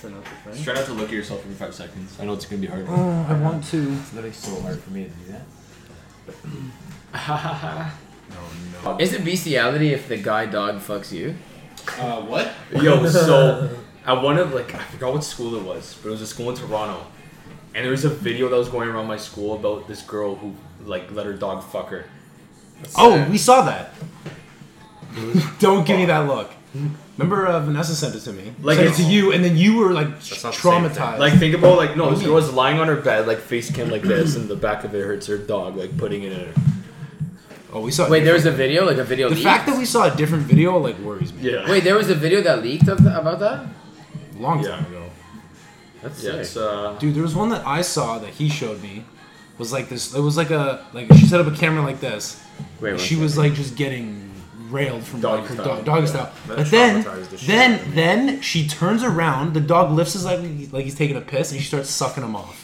Try not to think. Just try not to look at yourself every five seconds. I know it's gonna be hard. Oh, I want to. It's literally so hard for me to do that. Oh Is it bestiality if the guy dog fucks you? Uh, what? no. Yo, so at one of like I forgot what school it was, but it was a school in Toronto, and there was a video that was going around my school about this girl who like let her dog fuck her. Oh, we saw that. Don't give me that look. Remember, uh, Vanessa sent it to me. Like, sent it it's- to you, and then you were like not the same thing. traumatized. Like think about like no, this girl was lying on her bed, like face cam like this, and the back of it hurts her dog, like putting it in her. oh, we saw. Wait, there was a video, like a video. the leaked? fact that we saw a different video like worries me. Yeah. Wait, there was a video that leaked of the, about that. long Yeah. time ago. That's Yeah, sick. it's uh. Dude, there was one that I saw that he showed me. Was like this. It was like a like she set up a camera like this. Wait, one she was like just getting railed from Doggy like, her style, dog, doggy yeah. style. That But then, traumatized the shit out of then, me. then she turns around. The dog lifts his leg like he's- like he's taking a piss, and she starts sucking him off.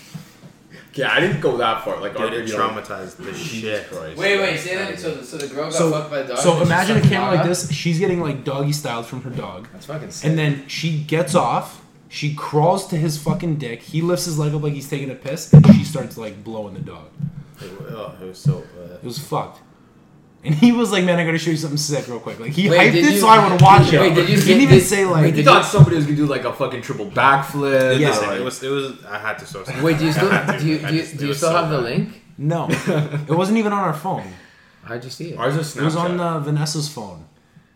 Yeah, I didn't go that far. Like, Dude, already, it you know, traumatized the Jesus shit. Christ. Wait, wait, say that. So, so the girl got fucked by a So, dog. so and she imagine a sucked camera it like up? this. She's getting like doggy styled from her dog, That's fucking sick. and then she gets off. She crawls to his fucking dick. He lifts his leg up like he's taking a piss, and she starts like blowing the dog. It, oh, it was so. Uh, It was fucked. And he was like, "Man, I gotta show you something sick, real quick." Like he Wait, hyped did it you- so I would watch it. wait, did he you get didn't even this- say like, wait, You did thought somebody was gonna do like a fucking triple backflip. Yeah. or, listen, like- it was. It was. I had to. So it's- Wait, do you still I had to. do you, I do you, just- do it you was still so have the bad. link? "No, it wasn't even on our phone. How'd you see it? Ours was Snapchat. It was on uh, Vanessa's phone."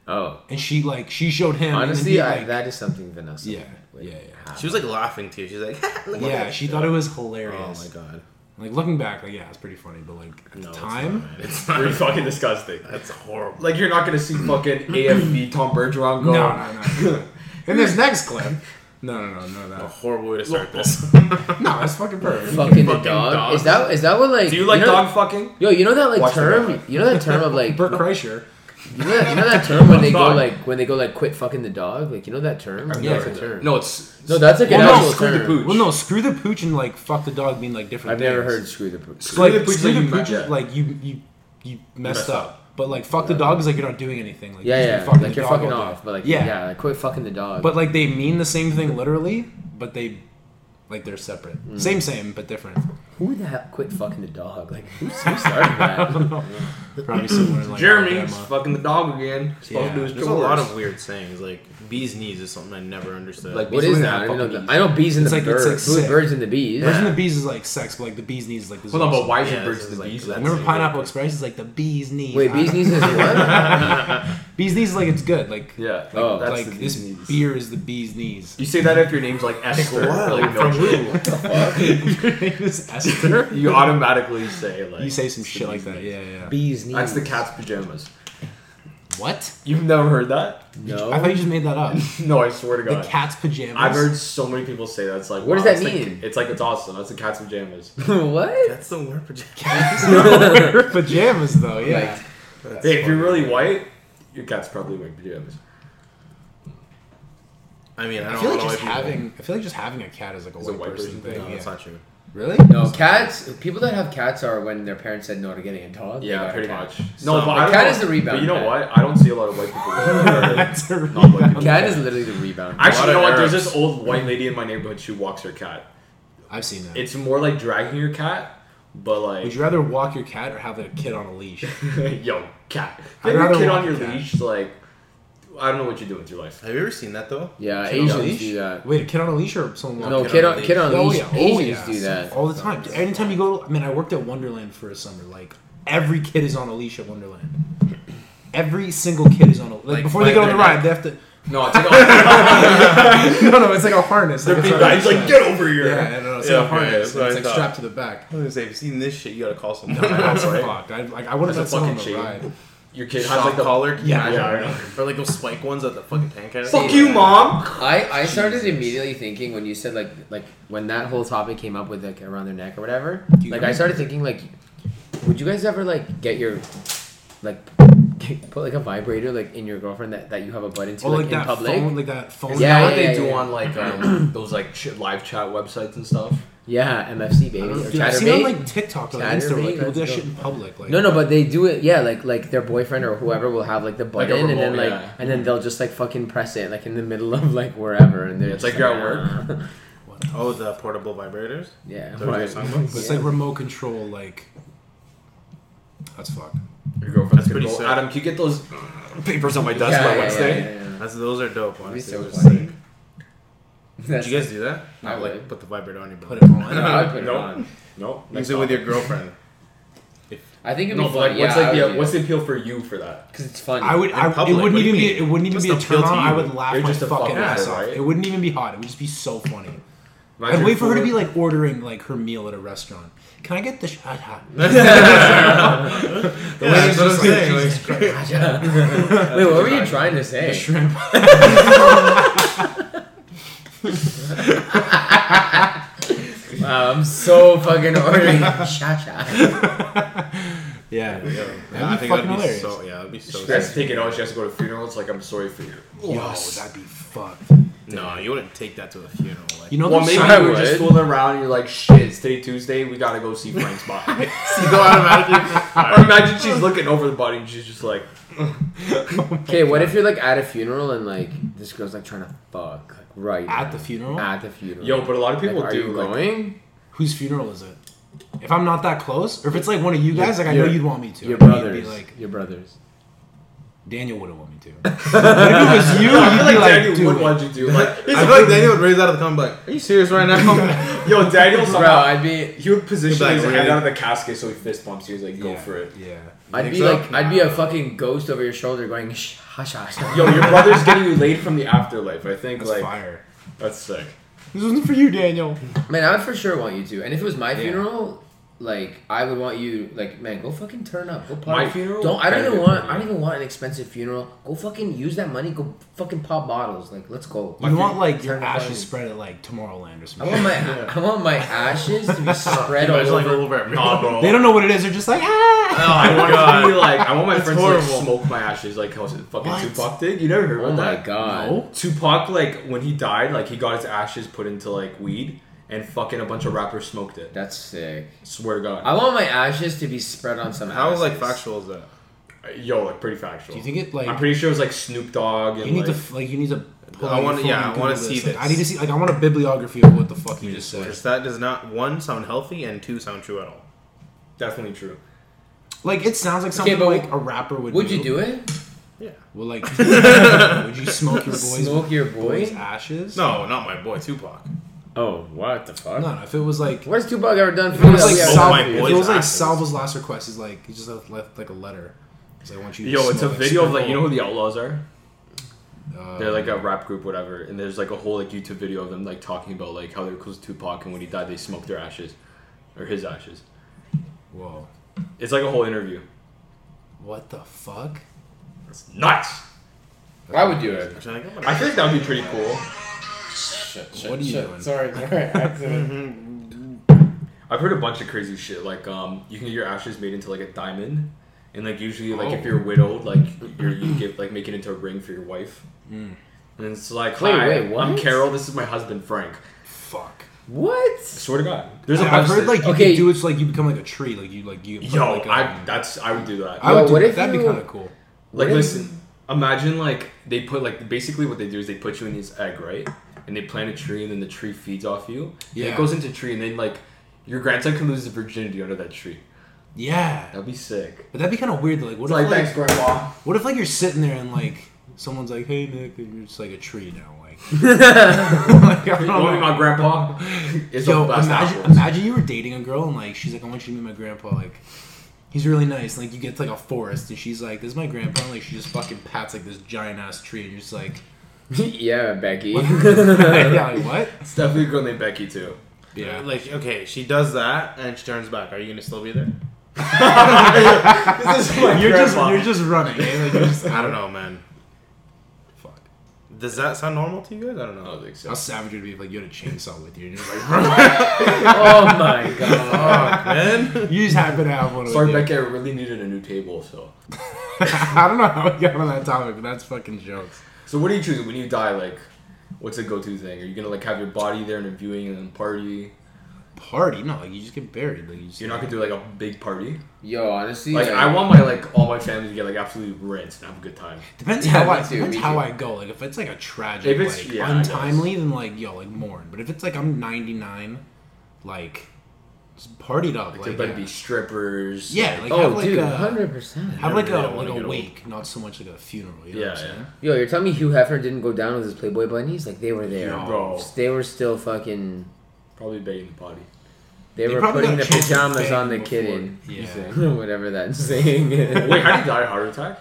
Oh, And she like she showed him. and then honestly, he, I, like, that is something Vanessa. yeah, would yeah, She was like laughing too. She was like, yeah. look at Yeah, that she shit. thought it was Oh hilarious. my god. Like looking back, like yeah, it's pretty funny. But like at the it's time, not. It's not. pretty fucking disgusting. That's horrible. Like, you're not gonna see fucking AFB Tom Bergeron go. no, no, no, no. In this next clip, no, no, no, no, A that. horrible way to start this. No, that's fucking perfect. Fucking the Fucking dog. dogs. Is that is that what like? Do you like know, dog fucking? Yo, you know that like Watch the term. You know that term of like. Bert Kreischer. You know, that, you know that term when they go Dog. like when they go like quit fucking the dog. Like you know that term. Yeah. that's a term. No, it's no, that's like an Well, no, actual screw the term. pooch. Well, no, screw the pooch and like fuck the dog mean like different. I've never things. heard screw the pooch. Screw like the pooch is screw like the you pooch me- is yeah. like you you you messed messed up. But like fuck the dog is like you're not doing anything. Like Yeah, you're yeah. just like the you're dog fucking all day. off, but like yeah, yeah, like quit fucking the dog. But like they mean the same thing literally, but they like they're separate. Mm. Same, same, but different. who the hell quit fucking the dog? Like who, who started that? Probably someone in like Jeremy's Alabama. fucking the dog again. Supposed Yeah. to do his There's a lot chores. of weird sayings. Like bees knees is something I never understood. Like, what Bees is in that? I the don't know. fucking I know bees and It's the like- it's birds. like Who's sick. birds and the bees? Birds and Yeah. the bees is like sex, but like the bees knees is like this. Hold on, but why is Yeah, it birds this to is the like- bees? I That's- Remember Pineapple Express is like the bees knees. Wait, bees knees is what? Bees knees is like it's good. Like Yeah. Like, Oh. that's like the this bees knees. beer is the bees knees. You say that if your name's like Esther, like, no, It's Esther. you automatically say like You say some shit like that. Yeah, yeah. yeah. bees knees. That's the cat's pajamas. What? You've never heard that? I thought No. you just made that up. No, I swear to The God. cat's pajamas. I've heard so many people say that. It's like, What does wow, that it's like- mean? it's like it's awesome. That's the cat's pajamas. what? that's the word project. pajamas though. Yeah. Like, hey, if you're really white, your cat's probably wearing pajamas. I mean, I don't I feel like know just if people- having. I feel like just having a cat is like a, It's white, person, thing. No, yeah. that's not true. Really? no, cats. People that have cats are when their parents said no to getting a dog. they got Yeah, a pretty cat. much. No, Some- but The I don't cat know- is the rebound But you know cat. what? I don't see a lot of white people. That's a Not like- rebound. Cat is literally the rebound. Actually, you A know what? lot of There's Arabs. this old white lady in my neighborhood. She walks her cat. I've seen that. It's more like dragging your cat, but Would like, you rather walk your cat or have a kid on a leash? yo, cat. I'd Get your rather kid walk on a your cat. leash. Like, I don't know what you do with your life. Have you ever seen that though? Yeah, Kid on a Asians leash? do that. Wait, a kid on a leash or someone? No, kid kid on on leash. kid on Oh, leash. yeah. Oh, Asians yeah. do that. all the time. Anytime you go, I mean, I worked at Wonderland for a summer. Like every kid is on a leash at Wonderland. Every single kid is on a like, Like, before they like get on the their ride, they have to. No, it's like, No, no, it's like a harness. Like, it's he's like, get over here. yeah, I don't know, it's Yeah, like a okay, harness. that's it's what I like thought. strapped to the back. I was gonna say, if you've seen this shit, you gotta call someone. That's right? fucked. I, like I wouldn't let That's a someone on fucking the shame. ride. Your kid has Shock like the collar, can you Yeah, yeah, imagine? I know. or like those spike ones at the fucking tank. Fuck you, mom. I, I started immediately thinking when you said like like when that whole topic came up with like around their neck or whatever. you Like know? I started thinking like, would you guys ever like get your like put like a vibrator like in your girlfriend that, that you have a button to Or like, Oh, like, in that public. phone, like that phone. Is Yeah, that what yeah, they do yeah. on like um, those like ch- live chat websites and stuff? Yeah, MFC I baby don't know or if you- I've seen it on chatterbait. like TikTok or like Insta, Chatterbait, like people do that let's shit go. in public. Like No, no, but they do it. Yeah, like like their boyfriend or whoever will have like the Like button, a and then remote, like yeah. and then they'll just like fucking press it like in the middle of like wherever, and they're It's just like you're at "Ah." Oh, the portable vibrators. Yeah, Is that what you're right. talking about? But it's Yeah. like remote control. Like that's fucked. Your girlfriend's That's gonna pretty go, sick. Adam, can you get those papers on my desk Yeah, by yeah, yeah, Wednesday? yeah, yeah. That's those are That'd dope. be Honestly, so Those are funny. sick. Did That's- you guys do that? I Not like would. put the vibrator on your Put butt. it on. I would Uh, put it No. on. No, You next do it with time. your girlfriend. I think it'd be No, but fun. like, yeah, what's like the, what's the appeal for you for that? because it's fun. I would. In I, public, it what wouldn't do you even be. mean? It wouldn't even Just be a appeal turn on. to I you. would laugh You're my just a fucking fucking ass guy, off. right? It wouldn't even be hot. It would just be so funny. Imagine I'd wait for her to food. be like ordering like her meal at a restaurant. Can I get the? Sh- ah, ah. Yeah, that's what I'm just saying, like, like- Jesus Christ, Wait, what were you trying to the say? shrimp. Wow, I'm so fucking horny. Sha sha. Yeah, Yeah, That'd I be think fucking that'd be hilarious. so. Yeah, that'd be so. She has to sick. take it out. She has to go to funerals. Like, I'm sorry for you. yo, that'd be fucked. No, you wouldn't take that to a funeral. Like, You know, Well, there's maybe some- I you were just would. fooling around. And you're like, shit, it's today Tuesday. We gotta go see Frank's body. you go automatically. or imagine she's looking over the body and she's just like, Okay, what if you're like at a funeral and like this girl's like trying to fuck like right at now. the funeral. at the funeral? yo. But a lot of people like, are do. you like, going? Whose funeral is it? If I'm not that close, or if it's like one of you guys, like I know your- you'd want me to. Your I'd be- brothers. Be like your brothers. Daniel wouldn't want me to. But if it was you, I feel you'd be like like, Daniel would dude. want you to. Like, I feel like Daniel would raise out of the comment like, "Are you serious right now?" yo, Daniel Bro, somehow I'd be, he would position Like, his hand really? out of the casket so he fist bumps you. He's like, go Yeah, for it. Yeah. I'd think be so? like, I'd be a fucking ghost over your shoulder going sha sha. sha." Yo, your brother's getting you laid from the afterlife. I think That's like fire. that's sick. This wasn't for you, Daniel. man, I would for sure want you to. And if it was my funeral, like I would want you, like man, go fucking turn up, go party. My funeral? Don't I don't Kinda even good want, party. I don't even want an expensive funeral. Go fucking use that money. Go fucking pop bottles. Like let's go. You want like your Turn the ashes party. spread at like Tomorrowland or I something. want my I want my ashes to be spread all Imagine, like, over. over everyone. Nah, bro. They don't know what it is. They're just like ah. I want God. to be like, I want my friends to horrible. like, smoke my ashes like how fucking What? Tupac did. You never heard Oh about my that? god. No. Tupac, like when he died, like he got his ashes put into like weed, and fucking a bunch of rappers smoked it. That's sick. Swear to God, I want my ashes to be spread on some How asses. like factual is that? yo, like pretty factual. Do you think it like I'm pretty sure it was like Snoop Dogg. And, you need to like, f- like you need to? Pull I out your wanna- phone yeah, and I Google wanna see Like, I this. need to see. Like I want a bibliography of what the fuck you just said. Because that does not one sound healthy and two sound true at all. definitely true. Like it sounds like something but like would- a rapper would. Would you do it? Yeah. Well, like would you smoke your boys? Smoke your boys' boy? ashes? No, not my boy Tupac. Oh, what the fuck? No, no. If it was like What has Tupac ever done If for it you? was that like, we yeah, haven't Sal- done Sal- my for if you? it boys' was like asses. Salvo's last request is like he just left like a letter. He's like, I want you. To Yo, it's a smoke, video of like you sprinkle, know who the Outlaws are. uh, They're like a rap group, whatever. And there's like a whole like YouTube video of them like talking about like how they were close to Tupac, and when he died, they smoked their ashes, or his ashes. Whoa, It's like a whole interview. what the fuck? It's nuts. I would do it. Actually, I think I'm I gonna- think that would be pretty cool. What are you doing? Sorry, sorry. I've heard a bunch of crazy shit. Like, um, you can get your ashes made into like a diamond, and like usually, like if Oh. you're widowed, like you're, you give like make it into a ring for your wife. And it's like, Wait, hi, wait, what? I'm Carol. This is my husband Frank. Fuck. I what? swear to God, there's a I've heard like you Okay. can do it's like you become like a tree, like you like you. yo, like, I that's I would do that. I Yo, would do what that. if that'd be you- kind of cool. like, What if- listen, imagine like they put like basically what they do is they put you in this egg, right? And they plant a tree, and then the tree feeds off you. Yeah, Yeah. it goes into tree, and then like your grandson can lose his virginity under that tree. Yeah, That'd be sick. but that'd be kind of weird. Like, what if Like, like, thanks, grandma. what if like you're sitting there and like someone's like, hey Nick, and you're just like a tree now, like. like I don't You want to be know. my grandpa? It's Yo, the best imagine, apples. imagine you were dating a girl and like she's like, I want you to meet my grandpa. Like, he's really nice. Like, you get to like a forest and she's like, this is my grandpa. And like, she just fucking pats like this giant ass tree and you're just like, yeah, Becky. yeah, like, what? It's definitely a girl named Becky too. Yeah. Like, okay, she does that and she turns back. Are you gonna still be there? This is you're just you're just running. eh? Like, you're just, I don't know, man. fuck. Does that sound normal to you guys? I don't I know. don't think so. How savage it would be if like you had a chainsaw with you and you're just like, oh my god. Man, you just happen to have one. Sorry, with you. Becky. I really needed a new table, so I don't know how we got on that topic, but that's fucking jokes. So what are you choosing when you die? Like, what's a go-to thing? Are you gonna like have your body there in a viewing and then party? Party? No, like you just get buried. Like you just You're not gonna do like a big party. Yo, honestly, Like I want my like all my family to get like absolutely rinsed and have a good time. Depends Yeah, how me I too, depends me how too. I go. Like if it's like a tragic, If it's- like yeah, I know. untimely, then like yo, like mourn. But if it's like I'm 99, like just partied up. Like, Like, there better yeah. be strippers. yeah, like Oh, have like dude, a hundred percent. have like a Yeah, when like I get a old. wake, not so much like a funeral. You know Yeah, what I'm saying? Yo, you're telling me Hugh Hefner didn't go down with his Playboy bunnies? Like they were there. Yeah. bro. They were still fucking. Probably begging the potty. They, They were probably putting got a the chance to pajamas bang on the before. kitten. Yeah. Whatever that saying is. Wait, how did he die? Heart attack?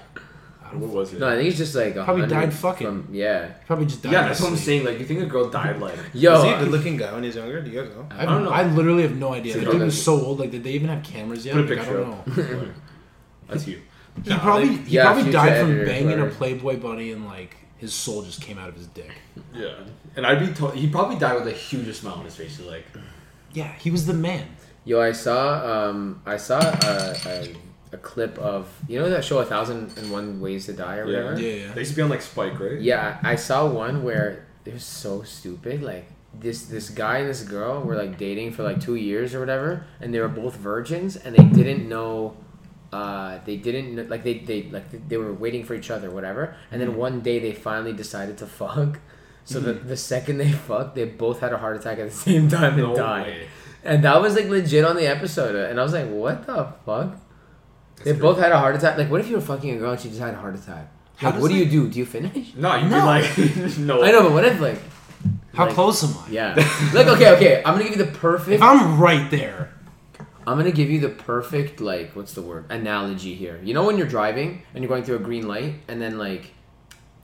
I don't What was it? No, I think he's just like a Probably hundred died fucking. from- yeah. Probably just died. yeah, in that's his what I'm sleep. saying. Like, you think a girl died like? Yo, Is he a good looking guy when he's younger? Do you guys know? I, don't know. I literally have no idea. It's The a dude dog. was so old. Like, did they even have cameras yet? Put a Like, I picture don't up. know. That's you. He Nah, probably like- he Yeah, probably future died from editor, banging whatever. a Playboy bunny and like his soul just came out of his dick. Yeah, and I'd be. To- he probably died with a huge smile on his face. He's like, Yeah, he was the man. yo, I saw um I saw a, a, a clip of you know that show A Thousand and One Ways to Die or yeah, whatever. Yeah, yeah. They used to be on like Spike, right? Yeah, I saw one where it was so stupid. Like this this guy and this girl were like dating for like two years or whatever, and they were both virgins, and they didn't know. Uh, they didn't kn- like they they like they were waiting for each other, whatever. And Mm. then one day they finally decided to fuck. So the, the second they fucked, they both had a heart attack at the same time and No died. way. And that was like legit on the episode, and I was like, "What the fuck?" they both had a heart attack. Like, what if you were fucking a girl and she just had a heart attack? How Like, does what do you that- do? Do you finish? No, you'd No. be like, no. I know, but what if like, How Like- close am I? yeah? Like, okay, okay, I'm gonna give you the perfect. If I'm right there, I'm gonna give you the perfect like, what's the word? Analogy here. You know when you're driving and you're going through a green light, and then like,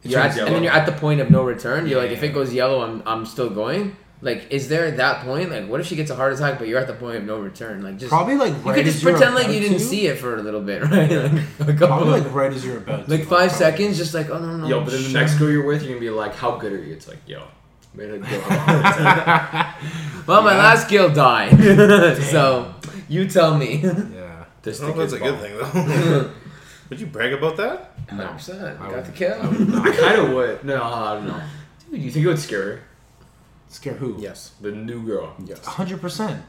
It you're turns at, and then yellow. you're at the point of no return. You're like, if Yeah. it goes yellow, I'm I'm still going. Like, is there that point? Like, what if she gets a heart attack, but you're at the point of no return? Like, just probably like you right. could just as you're pretend like you about didn't to. see it for a little bit, right? Like, a couple Probably of- like right as you're about. like to. five seconds, just like, oh no no. Yo, but then the shit. next girl you're with, you're gonna be like, how good are you? It's like, yo, made a girl have a heart attack. well, my last kill died. so you tell me. Yeah. This I don't know dick if Oh, that's is a good bomb. thing though. Would you brag about that? Hundred percent. I Got would- the kill. I would I not kind of would. No, I don't know. Dude, you think it would scare her? scare who? Yes. The new girl. Yes. hundred percent.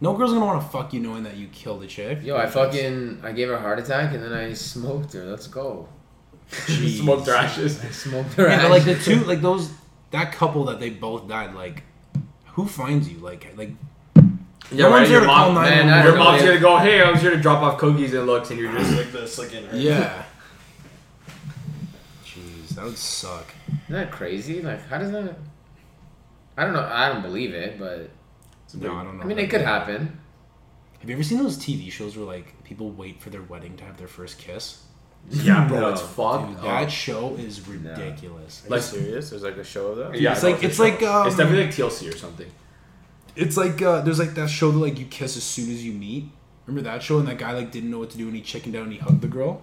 No girl's gonna want to fuck you knowing that you killed a chick. Yo, I fucking I gave her a heart attack and then I smoked her. Let's go. Jeez. Smoke their ashes. I smoked her. Yeah, but ass. like the two, like those, that couple that they both died. Like, who finds you? Like, like Yeah, no one's here Your, to call mom, nine nine- man, one your one. I mom's don't know. gonna go, hey, I was here to drop off cookies and looks, and you're just like, Like this, like in her. Yeah. Jeez, that would suck. Isn't that crazy? Like, how does that? I don't know. I don't believe it, but No, I don't know. I mean, if it that- could happen. Have you ever seen those TV shows where like people wait for their wedding to have their first kiss? yeah, bro, No. it's fucked. Dude, up. that show is ridiculous. Are Like- you serious? There's like a show of that. Yeah, it's no, like- for it's sure. like, uh, um, it's definitely like TLC or something. It's like uh, there's like that show that like you kiss as soon as you meet. Remember that show and that guy like didn't know what to do and he chickened down and he hugged the girl.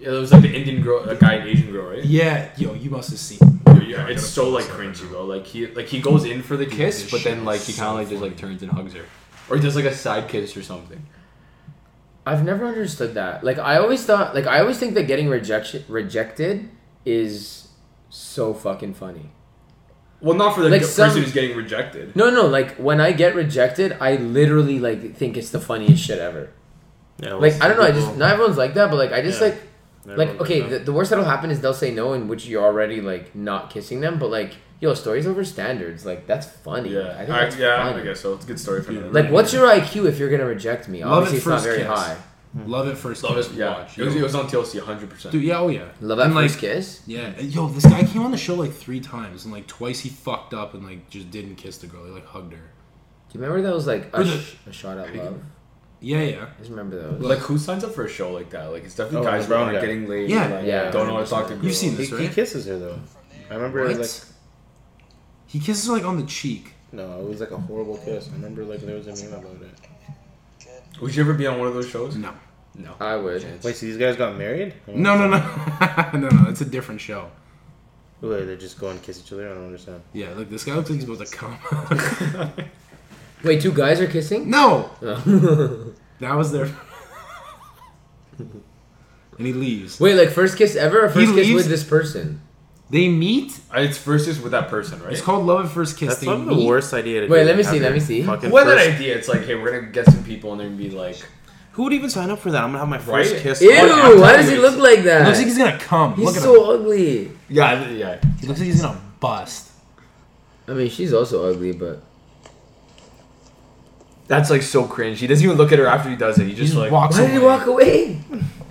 Yeah, it was like the Indian girl, a guy, and Asian girl, right? Yeah, yo, you must have seen. Dude, yeah, it's so like cringy, bro. Like he, like he goes in for the kiss, this but then shit like is he so kind of like just like turns and hugs her, or he does like a side kiss or something. I've never understood that. Like, I always thought. Like, I always think that getting rejection rejected is so fucking funny. Well, not for the Like g- some- person who's getting rejected. No, no. Like when I get rejected, I literally like think it's the funniest shit ever. Yeah, Like I don't know. I just not everyone's like that, but like I just Yeah. like like okay. The, the worst that'll happen is they'll say no, in which you're already like not kissing them. But like yo, stories over standards. Like that's funny. Yeah, I think I- that's yeah, funny. I guess so. It's a good story for another. Like what's your IQ if you're gonna reject me? Love at Obviously, it's not first very kiss. high. Love at first Love kiss. is yeah. Watch, It was, yo. it was on TLC, hundred percent. Dude, yeah, oh yeah. Love at And, like, first kiss. Yeah, and, yo, this guy came on the show like three times, and like twice he fucked up and like just didn't kiss the girl. He like hugged her. Do you remember those like a, Or the- sh- a shot at love? Yeah, yeah. I just remember those. Like who signs up for a show like that? Like it's definitely Oh, guys the who brown aren't guy. getting laid. Yeah. like, Yeah. Don't know how to talk to. You've girls. seen He, this. he kisses her though. I remember it was What? like He kisses her like on the cheek. no, it was like a horrible kiss. I remember like there was a meme about it. Would you ever be on one of those shows? No, No. I would. Wait, so these guys got married? no, no, no, no, no. It's a different show. Wait, they just go and kiss each other. I don't understand. Yeah, look, this guy looks like he's about to come. Wait, two guys are kissing? no, that was their. and he leaves. Wait, like first kiss ever or He first kiss leaves- with this person? They meet. It's versus with that person, right? It's called love at first kiss. That's they probably meet. the worst idea to Wait, do. let me see, Have let your me see. fucking What an first- idea! It's like, hey, we're gonna get some people and they're gonna be like, Who would even sign up for that? I'm gonna have my first Right? kiss. Ew! I'm on- telling Why does you, he it's- look like that? Looks like he's gonna come. he's Look at him. so ugly. yeah, yeah. He looks like he's gonna bust. I mean, she's also ugly, but That's like so cringe. He doesn't even look at her after he does it. He He just just like walks why away. did he walk away?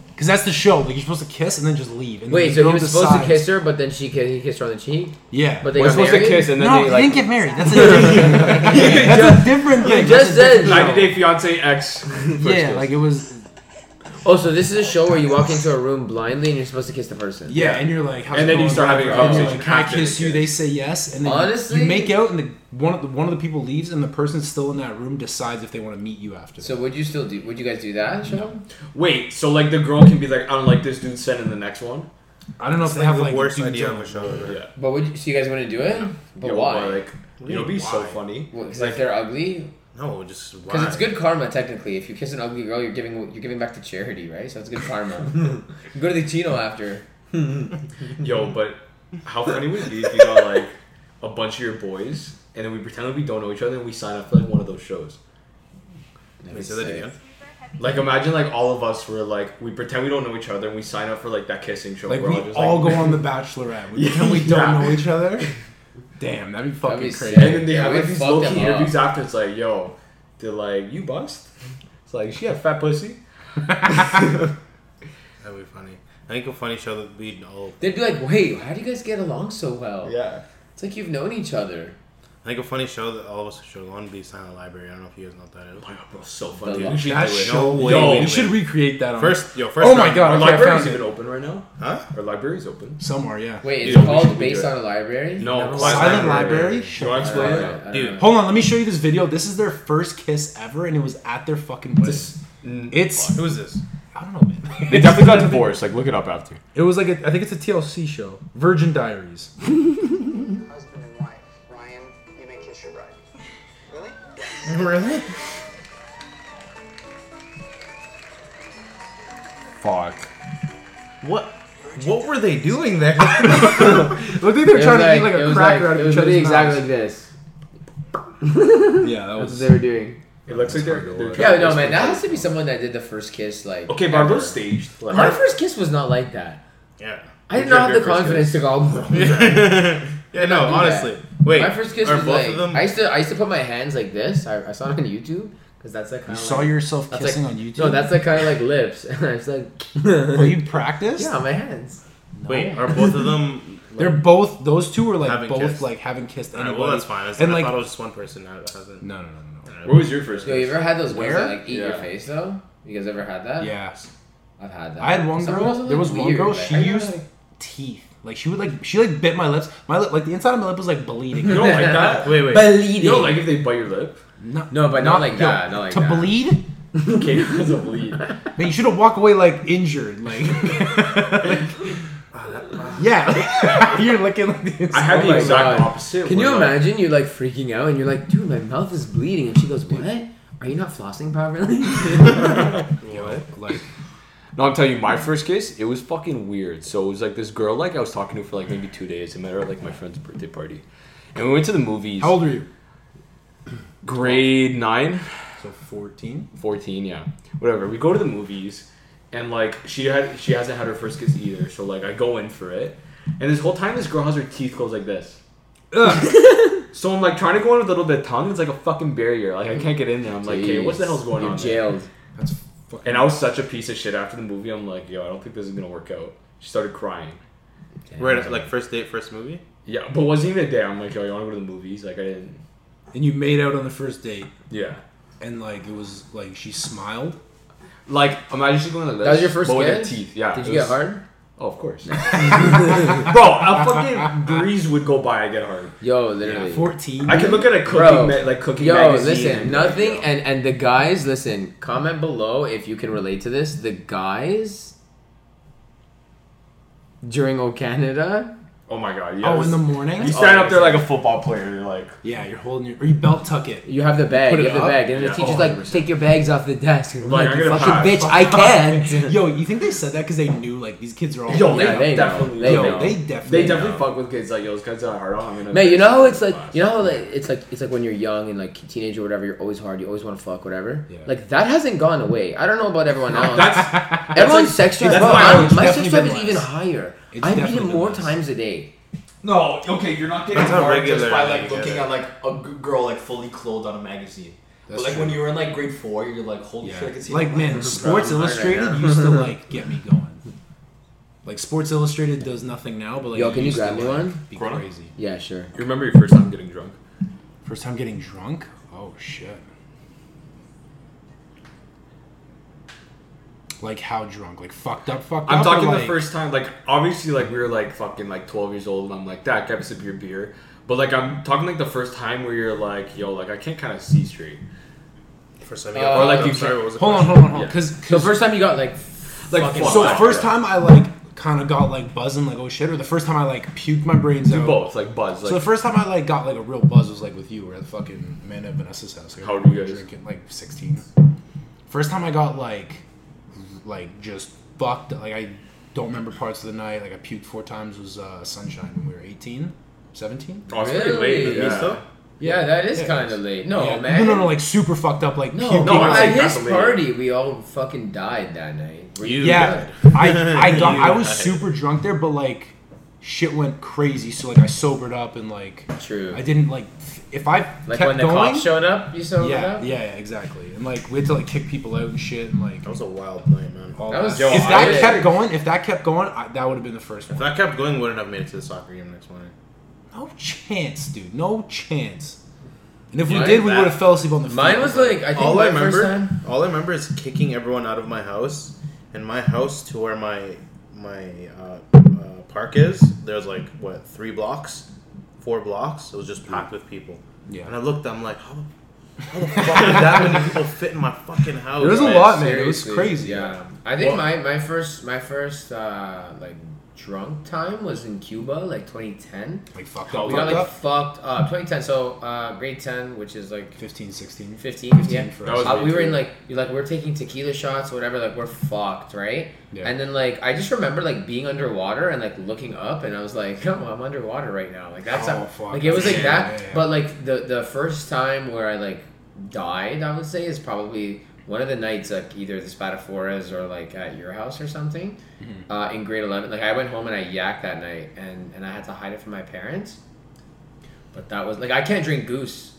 Because that's the show. Like you're supposed to kiss and then just leave. And then Wait, the so he girl was supposed to decides- kiss her, but then she ki- he kissed her on the cheek. Yeah. But But they we're got supposed married? to kiss and then no, they they like didn't get married. That's a that's a different thing. That's a just said- different 90 show. Day Fiance X. First Yeah, kiss. like it was. Oh, so this is a show where you walk into a room blindly and you're supposed to kiss the person. Yeah, and you're like, how's And it then you going, start bro? having a And you're conversation Like, Can I after the kiss you? kiss. They say yes, and then you- Honestly- you make out, and the one of the one of the people leaves, and the person still in that room decides if they want to meet you after. So that. would you still do? Would you guys do that? Sean? Wait, so like the girl can be like, I don't like this dude, send in the next one? I don't know if It's they like have the like worst dudes idea on of a it. show ever. Yeah. But would you, so you guys wouldn't do it? But Yo, why? Like, you know, it'd be so funny. Because like they're ugly. No, just why? Because it's good karma technically. If you kiss an ugly girl, you're giving you're giving back to charity, right? So it's good karma. you go to the Chino after. Yo, but how funny would it be if you got like a bunch of your boys and then we pretend like we don't know each other and we sign up for like one of those shows? Wait, say that again. Like, imagine like all of us were like, we pretend we don't know each other and we sign up for like that kissing show. Like We're we all like- go on the Bachelorette. We Yeah. pretend we Yeah. don't know each other. Damn, that'd be fucking be crazy. sick. And then they Yeah, have we like these fucked low them key up. interviews after. It's like, yo, they're like, you bust? It's like, she had fat pussy. That'd be funny. I think a funny show that we'd all. They'd be like, "Wait, how do you guys get along so well? Yeah. It's like you've known each other." I think a funny show that all of us should go on would be Silent Library. I don't know if you guys know what that is. Oh my god, bro, so funny. The We should That do it. show, No way, yo, wait, we wait. should recreate that on First, yo, first. Oh my round. god, Our okay, I library's found it. even open right now. Huh? Our library's open. somewhere. Yeah. Wait, it's Dude, we should called be based good. on a library. No, Never mind. Silent Library? Do you want to I explain don't it? know, I don't Dude. know. Hold on, let me show you this video. This is their first kiss ever, and it was at their fucking wedding. It's Who is this? I don't know, man. They definitely got divorced. Like, look it up after. It was like a, I think it's a TLC show, Virgin Diaries. husband and wife. Ryan, you may kiss your bride. Really? really? Fuck. What? What were they doing there? Look, like they're It was trying to like, eat like it a was cracker like, out it of was each really other's exactly mouths. like this. Yeah, that That's what they were doing. It looks like they're. they're Yeah, trying no, to- man, that has to be someone that did the first kiss, like. Okay, ever. Barbo's staged. Like, My first kiss was not like that. yeah. I did Did not you have the have your first confidence to go. "Oh, yeah. No, do that. honestly. Wait. my first kiss are was both like of them? I used to I used to put my hands like this. I, I saw it on YouTube because that's like You kind of saw like, yourself that's kissing like, on YouTube. No, that's like kind of like lips, and I was like, Were you practiced? yeah, my hands. Wait, are both of them? They're both. Those two were like Haven't both kissed. like haven't kissed All anybody. right, well, that's fine. I, And I like, thought no, it was just one person that hasn't. no, no, no, What was your first Yo, you kiss? ever had those girls Where? that like eat your Yeah. face though? You guys ever had no. that? Yes. I've had that. I had one Some girl. girls are, there like, was one weird, girl. like- She I remember, used like- teeth. Like she would like she like bit my lips. My lip like the inside of my lip was like bleeding. You don't like that? Wait, wait. bleeding. You don't like if they bite your lip? Mm-hmm. no, but not, like that. Not like to that. bleed. Okay, that's a bleed. Man, you should have walked away like injured. Like, yeah, you're looking like the I inside. had Oh the my exact God. opposite. Can you where, like, imagine? You're like freaking out, and you're like, dude, my mouth is bleeding, and she goes, what? Are you not flossing properly? Like, No, I'm telling you, my first kiss, it was fucking weird. So it was like this girl, like I was talking to for like maybe two days. I met her at like my friend's birthday party, and we went to the movies. how old are you? Grade nine, So 14. 14, yeah, whatever. We go to the movies, and like she had, she hasn't had her first kiss either. So like I go in for it, and this whole time this girl has her teeth closed like this. So I'm like trying to go in with a little bit of tongue. It's like a fucking barrier. Like I can't get in there. I'm like, okay, what the hell's going you're on? there?" jailed. That's fucking. And I was such a piece of shit after the movie. I'm like, yo, I don't think this is gonna work out. She started crying. We're at like first date, first movie. Yeah, but it wasn't even a day. I'm like, yo, you want to go to the movies? Like, I didn't. and you made out on the first date, Yeah. and like it was like she smiled. Like, imagine she's going to this. That was your first but with her kiss? teeth. Yeah. Did it you get was- hard? Oh, of course. Bro, a fucking breeze would go by. I get hard. Yo, literally. 14. I could look at a Bro, cooking, ma- like cooking Yo, magazine. listen, and be like, nothing, yo. and and the guys, listen, comment below if you can relate to this. The guys during O Canada Oh my god. Yeah, oh, in this- the morning. Oh, You stand up there like a football player. You're like, yeah, you're holding your or you belt tuck it. You have the bag. put You it have the up? bag, and Yeah. the teacher's Oh, like, 100%. "Take your bags off the desk." And I'm Like, like, I'm "You gonna fucking pass. bitch, I can't. Yo, you think they said that because they knew like these kids are all. yo, they, Yeah, they know. oh definitely, They yo, know. they, they definitely. they definitely know. fuck with kids like yo, this guy's got a hard on. I'm gonna. Man, you know how it's like you know how like, it's like it's like when you're young and like teenage or whatever, you're always hard, you always want to fuck, whatever. Yeah. Like that hasn't gone away. I don't know about everyone else. That's Everyone's sex drive. that's bro, why I I'm- was my sex definitely drive been is less. even higher. It's I beat definitely it been more less. times a day. No, okay, you're not getting That's not hard just regular, by I like think, looking is at like a g- girl like fully clothed on a magazine. That's but like true. when you were in like grade four, you're like, holy Yeah. shit, I can see. Like my man, mother. Sports Brown, I Illustrated got used to like get me going. Like Sports Illustrated does nothing now, but like Yo, it can you used grab to, me like, one? Be Corona? crazy. Yeah, sure. you remember your first time getting drunk. First time getting drunk? Oh shit. Like how drunk? Like fucked up, fucked I'm up. or, talking the like- first time, like obviously, like we were like fucking like 12 years old, and I'm like, that, grab a sip of your beer. But like I'm talking like the first time where you're like, yo, like I can't kind of see straight. First time Uh, or like like you- you sorry, what was the Hold on, question? hold on, hold on. Yeah. Cause, So 'cause- first time you got like Like Fucking fuck, so like, first yeah. time I like kind of got like buzzing, like oh shit, or the first time I like puked my brains do out. both, like buzz, like so the first time I like got like a real buzz was like with you, or at fucking Amanda and Vanessa's house. Like, How old were you guys? Drinking like 16. First time I got like, like just fucked. Like I don't remember parts of the night. Like I puked four times. Was uh, sunshine when we were 18, 17. oh, it's pretty Really? late. Yeah. Yeah. Misto? yeah, that is Yeah. kind of late. No, Yeah. man. No, no, no, like super fucked up, like No, puking. no, I was at like, his that's late. party, we all fucking died that night. Were You yeah, I, I got, I was super drunk there, but like, shit went crazy. So like, I sobered up and like, True. I didn't like, if I Like kept when the going, cops showed up, you sobered yeah, yeah, up. yeah, exactly. And like, we had to like kick people out and shit, and like, That was a wild night, man. all That was- Yo, if that I- kept going, if that kept going, I, that would have been the first If one. that kept going, wouldn't have made it to the soccer game next morning. No chance, dude. No chance. And if Mine- we did, we that- would have fell asleep on the. Mine field. was like I think all my I first remember, time. all I remember is kicking everyone out of my house, and my house to where my my uh, uh, park is. There's like what three blocks, four blocks. It was just packed with people. Yeah. And I looked, I'm like, how, how the fuck did that many people fit in my fucking house? There was a man? lot, Oh, man. It was Seriously, crazy. Yeah, I think Well- my my first my first uh like drunk time was in Cuba, like 2010. Like fucked Oh, up, We fucked got like up. fucked up. 2010. So uh grade 10, which is like 15, 16. 15. 15 yeah. for That us. was Uh, me we were in too. like you like we we're taking tequila shots, whatever. Like we're fucked, right? Yeah. And then like I just remember like being underwater and like looking up, and I was like, oh, I'm underwater right now. Like that's Oh, how- fuck. like it was like Yeah, that. yeah, yeah. But like the the first time where I like died, I would say is probably one of the nights like either the Spatafores or like at your house or something. Mm-hmm. Uh, in grade eleven, like I went home and I yacked that night, and and I had to hide it from my parents. But that was like I can't drink goose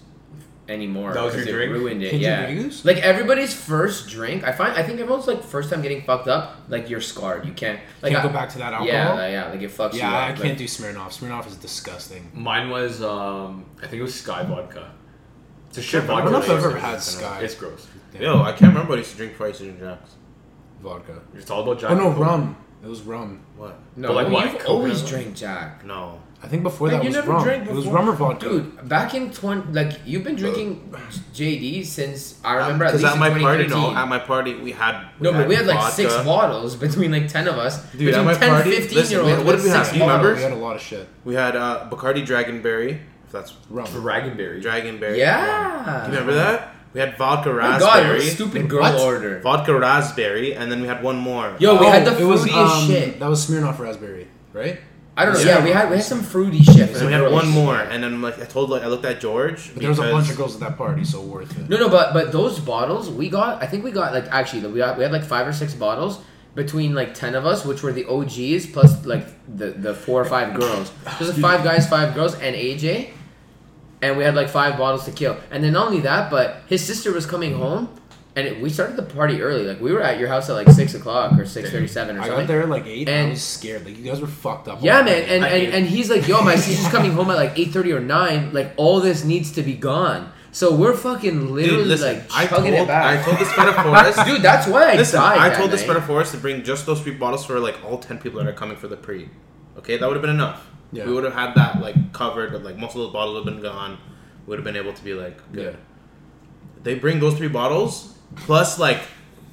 anymore. That was because your it drink? Ruined it. Can't drink yeah. Goose? Like everybody's first drink, I find I think everyone's like first time getting fucked up. Like you're scarred. You can't like Can't I- go back to that alcohol. Yeah, like, yeah. Like it fucks you. Yeah, I up, can't like- do Smirnoff. Smirnoff is disgusting. Mine was, um, I think it was Sky vodka. It's a shit I vodka. don't know if I've flavor. ever had Sky It's gross. Yo, I can't remember what I used to drink before I used to drink Jacks. vodka. It's all about Jack. Oh no, and Coke. rum. It was rum. What? No, But, like, you what, have coconut always oil? drank Jack. No. I think before Man, that you was never rum. drank It was before? rum or vodka. Dude, back in twenty, like you've been drinking JD since I remember at Because least Uh, at in my party, no, 2013. at my party we had no, but we had like vodka. six bottles between like ten of us. Dude, at between my 10, party- 15 listen, year we- olds. what we did we had have? six Do you remember? We bottles. had a lot of shit. We had uh, Bacardi Dragonberry. If that's Rum. Dragonberry. Dragonberry. Yeah. Remember that? We had vodka Oh my God, what raspberry. a stupid girl What? order. vodka raspberry, and then we had one more. Yo, we had the it was, fruitiest um, shit. That was Smirnoff raspberry, right? I don't know. Yeah. Yeah, we had we had some fruity shit. for and the we had girls. one more, and then like I told, like I looked at George. But there was a bunch of because- girls at that party, so worth it. No, no, but but those bottles we got. I think we got like actually we got, we had like five or six bottles between like ten of us, which were the OGs plus like the the four or five girls. There's like five guys, five girls, and AJ, and we had like five bottles to kill. And then not only that, but his sister was coming home. And it, we started the party early. Like we were at your house at like six o'clock or six thirty-seven or I something. got there at like eight. And I And- was scared. Like you guys were fucked up. Yeah, all man, night. and, I and, do. and he's like, yo, my sister's coming home at like eight thirty or nine. Like all this needs to be gone. So we're fucking Dude, literally listen, like I chugging told, it back. I told this metaphorist. Dude, that's why I listen, died. I that told this night. metaphorist to bring just those three bottles for like all ten people that are coming for the pre. Okay, that would have been enough. Yeah. We would have had that like covered. Like most of those bottles would have been gone. Would have been able to be like yeah. good. They bring those three bottles plus like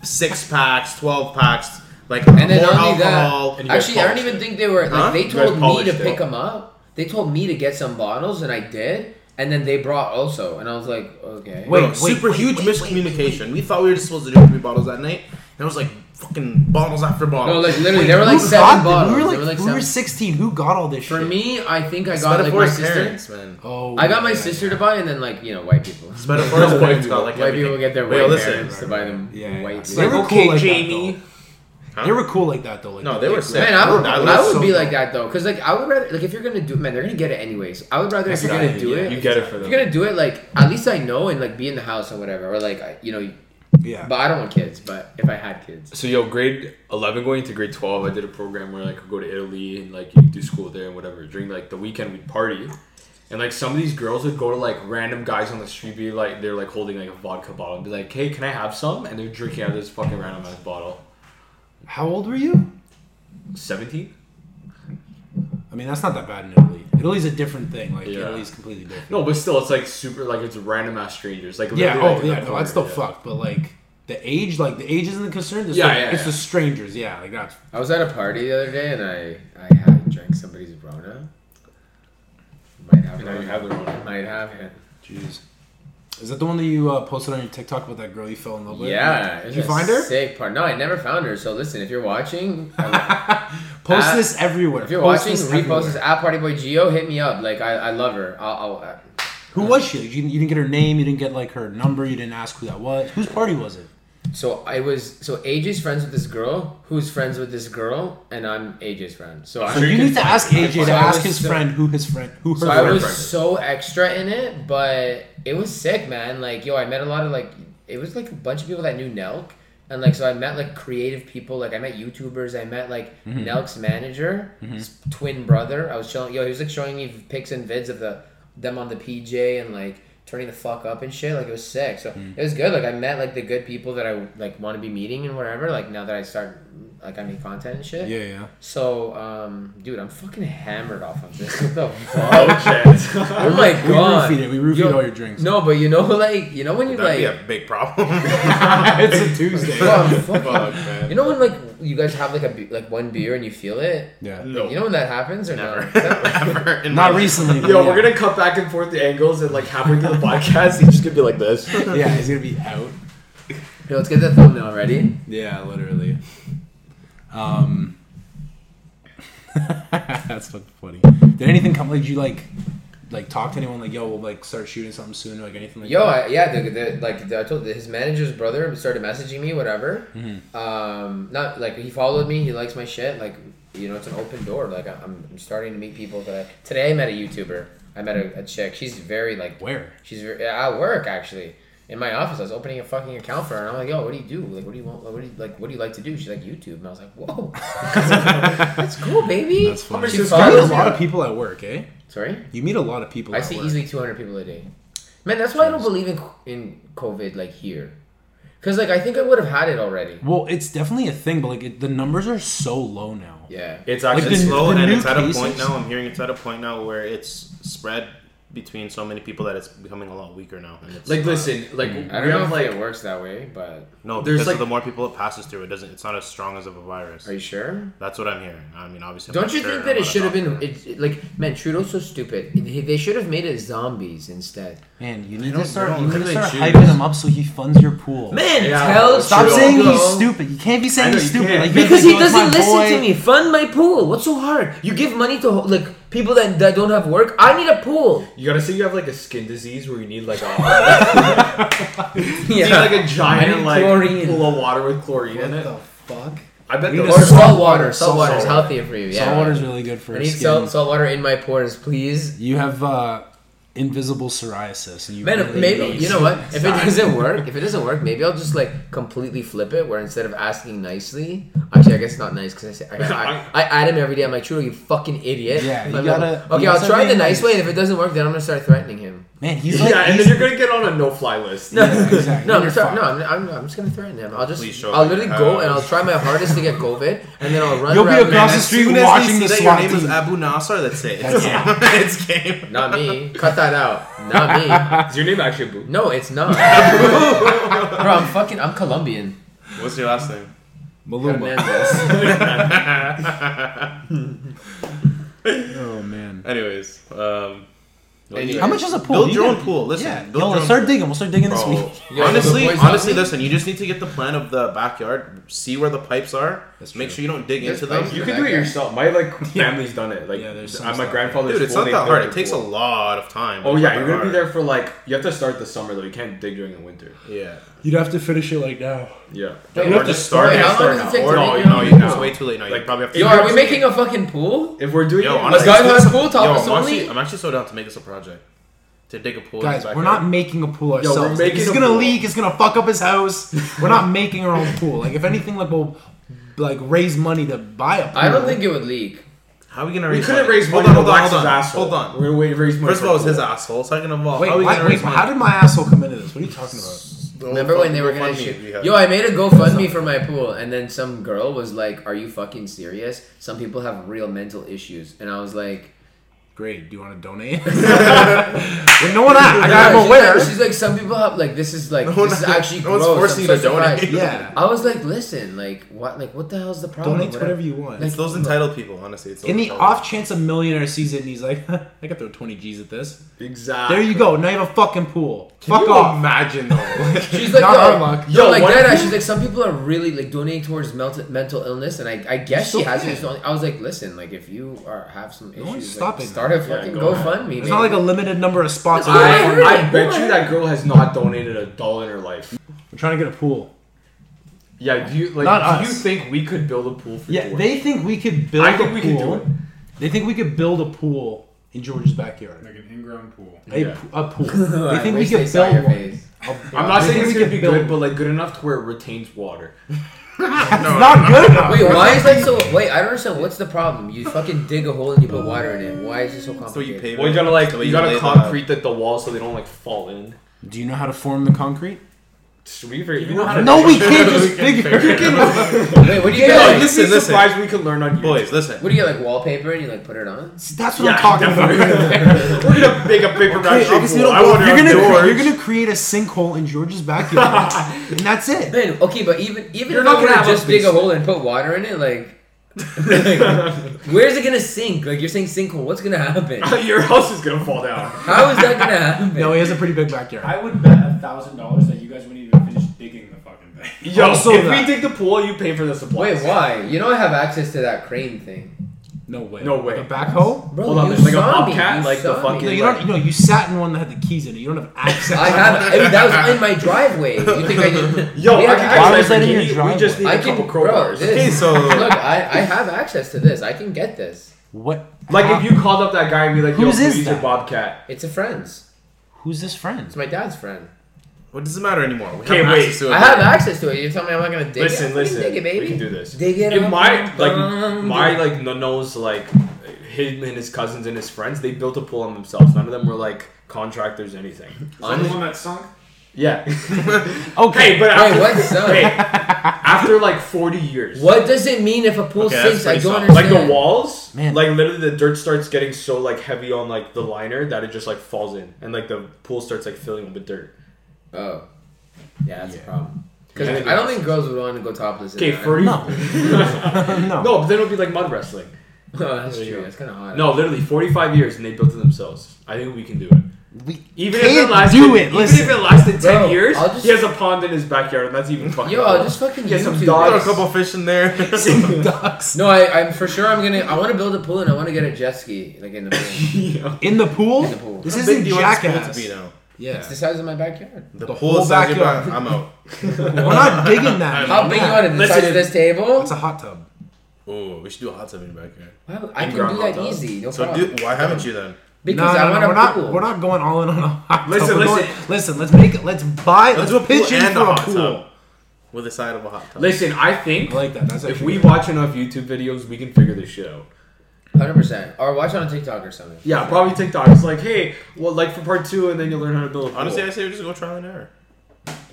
six packs, twelve packs. Like And then not more only alcohol. that, actually, I don't even think they were like Huh? they guys told me polished to it. pick them up. They told me to get some bottles, and I did. And then they brought also, and I was like, okay. Wait, Wait, wait, super wait, huge wait, miscommunication. We thought we were supposed to do three bottles that night, and it was like fucking bottles after bottles. No, like literally, there were like Who got- seven bottles. We were like, there were like we seven. were 16. Who got all this For shit? me, I think I It's got like my Spadafores sister. parents, man. Oh, I got my yeah. sister to buy, and then like you know, white people. Spadafores White parents people. got like White everything. people get their Wait, white listen. parents to buy them Yeah, yeah. white. It's people. like, Like, okay, okay, Jamie. Jamie. Huh? They were cool like that though. Like, No, they were like, sick. Man, I would, That I was so would be like good. that though, because like I would rather like if you're gonna do, man, they're gonna get it anyways. I would rather if you're gonna Exactly, do yeah. it, You get it for if them. you're gonna do it, like at least I know and like be in the house or whatever, or like I, you know, Yeah. but I don't want kids. But if I had kids, So yo, grade eleven going into grade twelve, I did a program where like I could go to Italy and like you do school there and whatever. During like the weekend, we'd party, and like some of these girls would go to like random guys on the street, be like they're like holding like a vodka bottle, and be like, "Hey, can I have some?" And they're drinking out of this fucking random ass bottle. How old were you? Seventeen? I mean, that's not that bad in Italy. Italy's a different thing. Like Yeah. Italy's completely different. No, No, but still, it's like super like it's random ass strangers. Like yeah. literally, Oh, like, in yeah. the No, corner, that's still yeah. fucked. But like the age, like the age isn't the concern. It's Yeah, like, yeah, It's the yeah. strangers. Yeah. Like that's I was at a party the other day and I I had drank somebody's Rona. Might have Now you Rona. have the wrong. Might have it. jeez. Is that the one that you uh, posted on your TikTok about that girl you fell in love with? Yeah, Did it's you a find her? Sick part. No, I never found her. So listen, if you're watching, Post Uh, this everywhere. if you're Post watching, this repost this everywhere. at Party Boy Geo. Hit me up. Like I, I love her. I'll. I'll uh, Who was she? You, you didn't get her name. You didn't get like her number. You didn't ask who that was. Whose party was it? So I was so AJ's friends with this girl who's friends with this girl, and I'm AJ's friend. So I'm So you need to ask AJ to So I ask was his so- friend who his friend who her So I friend was is. so extra in it, but it was sick, man. Like yo, I met a lot of like it was like a bunch of people that knew Nelk, and like so I met like creative people. Like I met YouTubers. I met like Nelk's manager, his twin brother. I was showing yo, he was like showing me pics and vids of the them on the PJ and like turning the fuck up and shit. Like it was sick. So it was good. Like I met like the good people that I like want to be meeting and whatever. Like now that I start like I make content and shit. Yeah, yeah. So, um, dude, I'm fucking hammered off of this. What the fuck? Oh shit. Oh my We god. roofied it. We roofied Yo, all your drinks. No, but you know, like, you know when you That'd like, be a big problem. it's a Tuesday. Fuck, fuck. Fuck, man. you know when like you guys have like a be- like one beer and you feel it. yeah. No, You know when that happens or no? never. in my Not life. recently. but Yo, yeah. we're gonna cut back and forth the angles, and like halfway through the podcast, he's just gonna be like this. Yeah, he's gonna be out. Yo, let's get that thumbnail ready. Yeah, literally. Um. that's fucking funny. Did anything come? Like, did you like, like talk to anyone? Like, yo, we'll like start shooting something soon. Like anything like Yo, that. I, yeah, the, the, like the, I told his manager's brother started messaging me, whatever. Mm-hmm. Um, not like he followed me. He likes my shit. Like you know, it's an open door. Like I- I'm, I'm starting to meet people that I, today I met a YouTuber. I met a, a chick. She's very like Where? she's very, at work actually in my office. I was opening a fucking account for her, and I'm like, yo, what do you do? Like, what do you want? Like, what do you like? What do you like to do? She's like YouTube, and I was like, whoa, that's cool, baby. That's funny. She You meet follows a me. lot of people at work, eh? Sorry. You meet a lot of people. I at see work. easily 200 people a day. Man, that's why I don't believe in in COVID like here, because like I think I would have had it already. Well, it's definitely a thing, but like it, the numbers are so low now. Yeah. It's Like actually the- It's slow, the and new it's at a point cases- now. I'm hearing it's at a point now where it's spread between so many people that it's becoming a lot weaker now. And it's Like, not- listen, Mm. like we I don't know have if like it works that way, but no, there's because like- of the more people it passes through, it doesn't. It's not as strong as of a virus. are you sure? That's what I'm hearing. I mean, obviously. I'm Don't not you sure, think I'm that it not a should have been doctor. it, it- like man Trudeau's so stupid. They they should have made it zombies instead. Man, you need don't- to start, they you need don't to start really hyping choose. him up so he funds your pool. Man, Yeah, tell Stop Trudeau. saying he's Trudeau. stupid. You can't be saying I know, he's you stupid. can't. Like, Because he you're like, "Oh, doesn't it's my listen boy." to me. Fund my pool. What's so hard? You give money to like people that, that don't have work. I need a pool. you gotta say you have like a skin disease where you need like a you need, like a giant need like chlorine. pool of water with chlorine in What it. the fuck? I bet We those. or need salt salt water. water. Salt Salt water is water. healthier for you. Yeah. Salt water's really good for I your need skin. salt, salt water in my pores, please. You have uh, invisible psoriasis, and you Man, really maybe need you know what? If it Sorry. doesn't work, if it doesn't work, maybe I'll just like completely flip it. Where instead of asking nicely, actually, I guess not nice because I say I, I, I add him every day. I'm like, Trudeau, you fucking idiot. Yeah, you But I'm gotta- like, you okay, gotta I'll try be the nice nice. way, and if it doesn't work, then I'm gonna start threatening him. Man, he's like Yeah, and he's, then you're gonna get on a no-fly list. No, Yeah, exactly. no, I'm You're sorry, fine. no, I'm, I'm, I'm just gonna threaten him. I'll just, Please show I'll me literally your go house. and I'll try my hardest to get COVID, and then I'll run You'll be around. across the As street soon as they watching see the that SWAT Your name is team. Abu Nasser. That's it. That's It's game. it's game. Not me. Cut that out. Not Is your name actually Boo? me. No, it's not. Bro, I'm fucking. I'm Colombian. What's your last name? Maluma. oh man. Anyways, um, How much is a pool? build You your own gotta- pool. Listen, Yeah, build yo, your let's own start digging. We'll start digging this Bro, week. Yeah, honestly, the boys honestly, out. listen. You just need to get the plan of the backyard, see where the pipes are. That's Make true. sure you don't dig There's into them. pipes. You can do it yourself. My like Yeah. family's done it. Like Yeah, there's some uh, my stuff. grandfather's. Dude, it's pool, not they that built hard. their It takes a pool. lot of time. Oh It's yeah, not you're that gonna be hard. there for like you have to start the summer though. You can't dig during the winter. Yeah. You'd have to finish it like now. Yeah. Wait, Or what the- just start. wait, now. how long Start does it now. take Or to no, make you it know, on you now? it's way too late now. You Like- probably have to. Yo, are we making a fucking pool? If we're doing Yo, it, Let's honestly, go like, into this- this pool Yo, talk with I'm actually, somebody. I'm actually so down to make this a project. To dig a pool. Guys, in his we're backyard. not making a pool Yo, we're ourselves. making it's a gonna pool. leak. It's gonna fuck up his house. We're not making our own pool. Like if anything, like we'll like raise money to buy a pool. I don't think it would leak. How are we gonna we raise? couldn't money? raise money. Hold on, to hold on, wax hold his on. asshole. Hold on. We're gonna wait, raise money. First for of all, it's pool. his asshole. Second of all, Wait, how are we why, gonna wait raise how money? did my asshole come into this? What are you talking about? Remember when they were gonna shoot? Yo, I made a GoFundMe for my pool, and then some girl was like, "Are you fucking serious? Some people have real mental issues." And I was like, Great. Do you want to donate? We're knowing that. I got Yeah, him she's aware. like- she's like, "Some people have like this is like No one- this is actually no one's gross. forcing I'm you to so surprised." donate. Yeah. I was like, "Listen, like what? Like what the hell's the problem?" Donate to whatever you want. Like, It's those entitled people, honestly. It's those In the entitled off chance a millionaire sees it and he's like, I could throw 20 G's at this. exactly. There you go. Now you have a fucking pool. people. Fuck off. Imagine though. She's like, Not yo, our luck. yo, Yo, like what that. if you- She's like, some people are really like donating towards mental mental illness, and I, I guess she still has. can. It. I was like, listen, like if you are have some issues, one's like, stopping start a that. Yeah, fucking go ahead. GoFundMe. There's man. not like a limited number of spots. That's on what I the heard. phone. I, it. bet you that girl has not donated a dollar in her life. We're trying to get a pool. Yeah, do you like? Not do us. you think we could build a pool for? Yeah, Jordan? they think we could build I think a we pool. could do it. They think we could build a pool in George's backyard. Like an in-ground pool. A, Yeah. p- a pool. They think we Wish could they saw your build one. face. I'm not They saying think it's we gonna could be build good, one. but like good enough to where it retains water. It's not good enough. Wait, why is that so? Wait, I don't understand. What's the problem? You fucking dig a hole and you put water in it. Why is it so That's the way complicated? you pave Well, it. you gotta like That's the way you gotta lay the- concrete the, the wall so they don't like fall in. Do you know how to form the concrete? Should we very, you No, we can't just figure it out. Wait, what do you Yeah, like, get? Like, listen, listen, listen. surprised we could learn on you. Boys, listen. what do you get? Like wallpaper and you like put it on? That's what I'm talking about. We're gonna make a paper Hey, round shape obviously, you wall. don't I go- want you're, it gonna on cre- doors. you're gonna create a sinkhole in George's backyard, and that's it. Man, okay, but even even You're if not I gonna were to have a just dig a basement. hole and put water in it, like. Where's it gonna sink? Like you're saying sinkhole. What's gonna happen? Your house is gonna fall down. How is that gonna happen? No, he has a pretty big backyard. I would bet a thousand dollars that you guys wouldn't even finish digging the fucking thing. Yo, Also if that. we dig the pool, you pay for the Wait, supplies. why? You know I have access to that crane thing. No way. No way. The backhoe? Bro, Hold on, you there's like a saw me, Bobcat, you like the saw me. No, fucking- you don't. No, you sat in one that had the keys in it. You don't have access. I have. I mean, that was in my driveway. You think I didn't? Yo, We I have can access- get was that in your Lamborghini, We just need I a can, couple bro. crowbars. This, Okay, so- look, I, I have access to this. I can get this. What? Like if you called up that guy and be like, "Yo, Whose is please, your that? Bobcat." It's a friend's. Who's this friend? It's my dad's friend. What does it matter anymore? We Okay, have wait. access to it. I have access to it. You tell me I'm not gonna dig Listen, it. I'm listen. Dig it, baby. We can do this. Dig it. If up. my like Dum, my dum. like nonos like him and his cousins and his friends, they built a pool on themselves. None of them were like contractors or anything. I'm the one that sunk. Yeah. Okay. hey, but after, Wait, what's up? hey, after like forty years, What does it mean if a pool Okay, that's sinks? I pretty don't solid. like understand. the walls, Man. like literally the dirt starts getting so like heavy on like the liner that it just like falls in, and like the pool starts like filling with dirt. Oh, yeah, that's a Yeah. problem. Because Yeah. I don't think girls would want to go topless. in Okay, that. forty. No. no. No, but then it'll be like mud wrestling. Oh, that's There you true. go. That's kind of hot. No, literally forty-five years, and they built it themselves. I think we can do it. We Even if can't it lasted, do it. even Listen. if it lasted ten Bro, years, I'll just- he has a pond in his backyard, and that's even fucking. Yo, cool. I'll just fucking Get some YouTube dogs. Throw a this. couple fish in there. No, I, I'm for sure. I'm gonna. I want to build a pool and I want to get a jet ski, like in the pool. Yeah. in the pool. In the pool. This How isn't big do you want this pool jackass. to be now? it's Yeah. the size of my backyard. The, The pool whole is actually backyard. about- I'm out. We're not digging that. How big you want it? The Listen, size of this table? It's a hot tub. Ooh, we should do a hot tub in your backyard. Wow, I In can do Groundhog that Dog. easy. No So, problem. do, why haven't you then? because no, no, I want no, a we're not. pool. We're not going all in on a hot tub. Listen, We're going- listen. listen. Let's make it. Let's buy. Let's, do a pool pitch in and for a a hot pool. tub. With the side of a hot tub. Listen, I think I like that. That's if actually we good. watch enough YouTube videos, we can figure this shit out. Hundred percent. Or watch it on TikTok or something. Yeah, probably TikTok. It's like, hey, well, like for part two, and then you'll learn how to build. A pool. Honestly, I say we just go trial and error.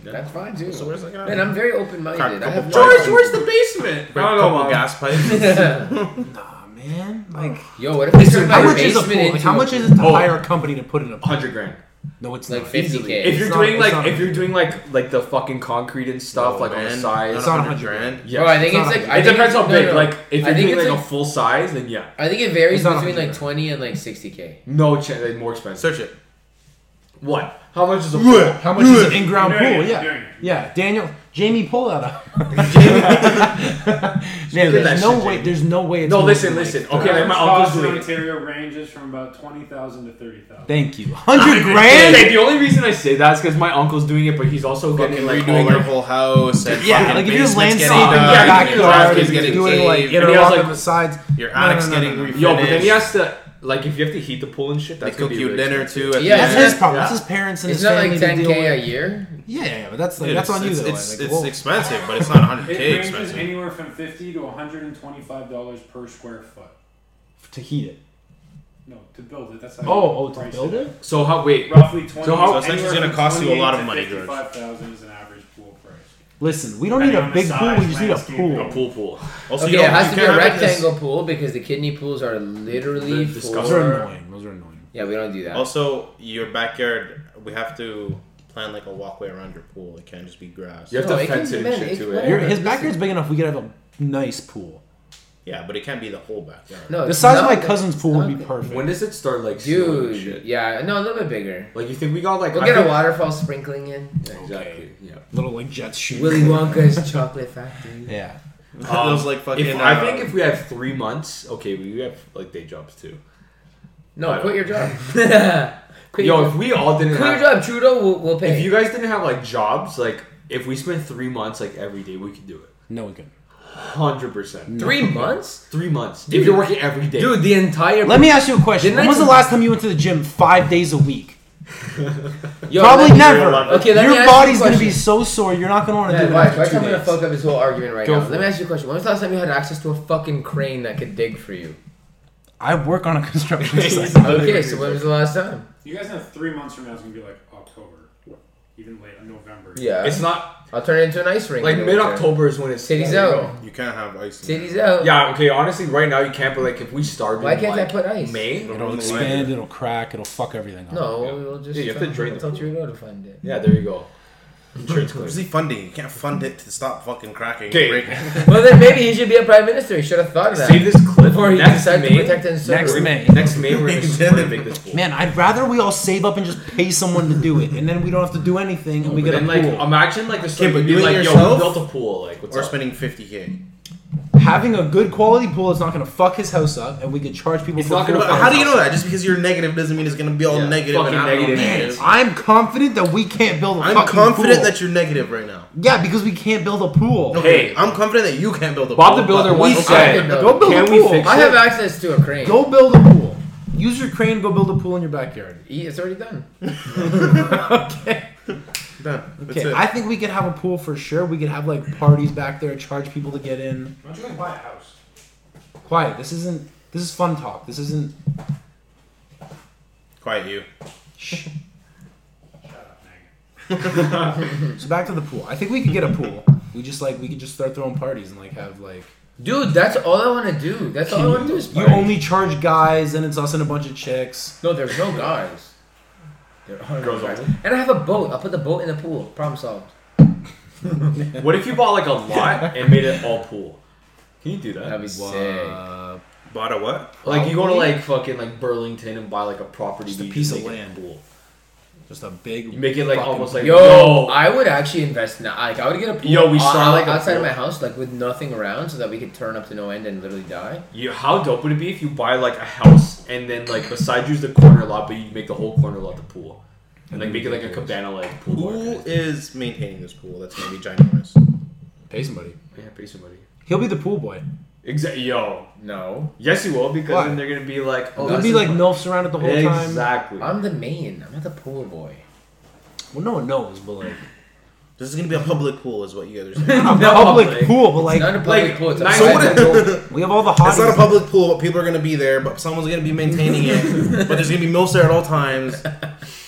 That's fine too. So where's that guy? Man, I'm very open-minded. I Crack a have couple no- George, where's the basement? I don't know, Couple Mom. gas pipes. Nah, man. Like, Yo, what if we Listen, turn how my much is a basement pool? Like, into how much is it to Oh. hire a company to put in a pool? Hundred grand. No, it's Like not. 50K. If It's you're not- doing it's like not- if you're doing like like the fucking concrete and stuff No, like on the man. size, It's Not not a 100 grand. yeah. Bro, I think It's not- it's like I it think depends it's- how no, big. no. Like if I you're think doing it's like, a like full size, then yeah, I think it varies It's not between like 100. twenty and like sixty k. no chance. Like, more expensive. Search it. What? How much is a pool? How much is an in-ground Doing pool? it, Yeah, doing it. yeah. Daniel, Jamie, pull that up. Man, Get that there's no shit, way. Jamie. There's no way. It's No, more listen, than, like, listen. thirty. Okay, like my Cost uncle's in doing. it. Ontario ranges from about twenty thousand to thirty thousand. Thank you. Hundred grand. Okay, the only reason I say that is because my uncle's doing it, but he's also Fucking getting like all redoing your like whole house and Yeah, fucking like if you're basement's landscaping your yeah, getting done, your backyard, your garage basement's is you're getting doing like paved, And he interlock has, like- on the sides. your No, no, attic's no, no, getting no, no. refinished. Yo, but then he has to like if you have to heat the pool and shit. They That's cook gonna be you really dinner expensive. too. At Yeah, the That's end. his problem. Yeah. That's his parents and It's his not family. like to ten deal k a with. year. Yeah, yeah, but that's like Dude, that's it's- on you It's, though. it's, like, it's whoa. expensive, but it's not 100k It ranges expensive. anywhere from fifty to one hundred and twenty-five dollars per square foot. to heat it. No, to build it. That's how. Oh, oh, you to price build it. So how? Wait, Roughly twenty. So how- So it's actually gonna cost you a lot of money, George. Fifty-five thousand is an average pool price. Listen, we don't need a Depending big on the pool. We size, just need a landscaping. pool. pool, pool. Also, Okay, you don't- it has you to be a can't have it this- rectangle pool because the kidney pools are They're literally Those are for. disgusting. annoying. Those are annoying. Yeah, we don't do that. Also, your backyard, we have to plan like a walkway around your pool. It can't just be grass. You have No, to it fence can- it man, and shit it to can- it. Your, his backyard's big enough. We could have a nice pool. Yeah, but it can't be the whole backyard. No, The it's size of not- my cousin's pool would be not- perfect. When does it start like snowing and Dude, shit? yeah, no, a little bit bigger. Like you think we got like We'll I get a think- waterfall sprinkling in. Exactly. Yeah. Little like jets shoot. Willy Wonka's chocolate factory. Yeah. Those like fucking. Um, If, uh, I think if we have three months, okay, we have like day jobs too. No, quit your job. quit Yo, your if job. we all didn't Quit your have, job, Trudeau. We'll, we'll pay. if you guys didn't have like jobs, like if we spent three months like every day, we could do it. No one can. Hundred percent. Three months, Three months. If you're working every day, dude. The entire Let me ask you a question. Didn't When I was the com- last time you went to the gym five days a week? Yo, Probably let me- never. Okay, let me ask you Your a body's gonna question. be so sore. You're not gonna want to Yeah, do it watch, after watch, two I'm gonna days. fuck up his whole argument right Go now. for Let me it. ask you a question. When was the last time you had access to a fucking crane that could dig for you? I work on a construction site. Okay, so when was the last time? You guys know three months from now is gonna be like October, even late November. Yeah. it's not I'll turn it into an ice rink. like in the winter. mid October is when it's City's Yeah, out. you can't have ice. in City's out. Yeah. Okay. Honestly, right now you can't. But like, if we started, Why can't I like, put ice? May? there. It'll Don't expand. like It'll crack. It'll fuck everything up. No, Yeah. we'll just Yeah, you have to find- drain the tell pool. Trudeau to find it. Yeah. There you go. Insurance it. claim. Where's the funding? You can't fund it to stop fucking cracking. and Okay. breaking. well, then maybe he should be a prime minister. He should have thought of that Save this clip before he next decided May. to protect and serve. Next We're- May. Next May we're gonna, we're gonna make this pool. Man, I'd rather we all save up and just pay someone to do it, and then we don't have to do anything, and we But get a then, like, um, pool. imagine like the story. but would do be it like, yo, yourself? we built a pool. Like, what's We're up? spending 50k. Having a good quality pool is not gonna fuck his house up, and we could charge people. It's for not gonna- pool But Fucking how do you funds. know that? Just because you're negative doesn't mean it's gonna be all Yeah, negative fucking and I don't know negative. what it is. I'm confident that we can't build a I'm fucking confident pool. that you're negative right now. Yeah, because we can't build a pool. Hey. I'm confident that you can't build a Bob the pool, Builder but we once said- said- Go build Can a we pool. fix I have access to a crane. Go build a pool. Use your crane. Go build a pool in your backyard. He- It's already done. okay. Done. That's Okay. it. I think we could have a pool for sure. We could have like parties back there, charge people to get in. Why don't you guys buy a house? Quiet. This isn't. This is fun talk. This isn't. Quiet you. Shh. Shut up, Megan. So back to the pool. I think we could get a pool. We just like we could just start throwing parties and like have like. Dude, that's all I want to do. That's all Oh, I want to do is You party. only charge guys, and it's us and a bunch of chicks. No, there's no guys. There are Girls no guys. only. And I have a boat. I'll put the boat in the pool. Problem solved. What if you bought like a lot and made it all pool? Can you do that? That'd be sick. Uh, Bought a what? Like you go to like fucking like Burlington and buy like a property, Just a you piece make of it land. Pool. just a big. You make it like fucking- almost like Yo, yo. I would actually invest now. Like I would get a pool. Yo, we o- saw, like like, a outside of pool. my house, like with nothing around, so that we could turn up to no end and literally die. you, how dope would it be if you buy like a house and then like beside you is the corner lot, but you make the whole corner lot the pool, and like make it like a cabana like pool. bar kind Who of thing. is maintaining this pool? That's gonna be ginormous. pay somebody. Yeah, pay somebody. He'll be the pool boy. Exactly. Yo, No, yes, you will because Why? then they're gonna be like, oh, He'll that's be the like one. milfs around it the whole time. exactly. I'm the main. I'm not the pool boy. Well, no one knows, but like This is gonna be a public pool, is what you guys are saying. a Not public, public. pool, but like Not a public pool. It's nine- outside so what the if- door. we have all the It's hottest. not a public pool, but people are gonna be there, but someone's gonna be maintaining it. But there's gonna be milfs there at all times.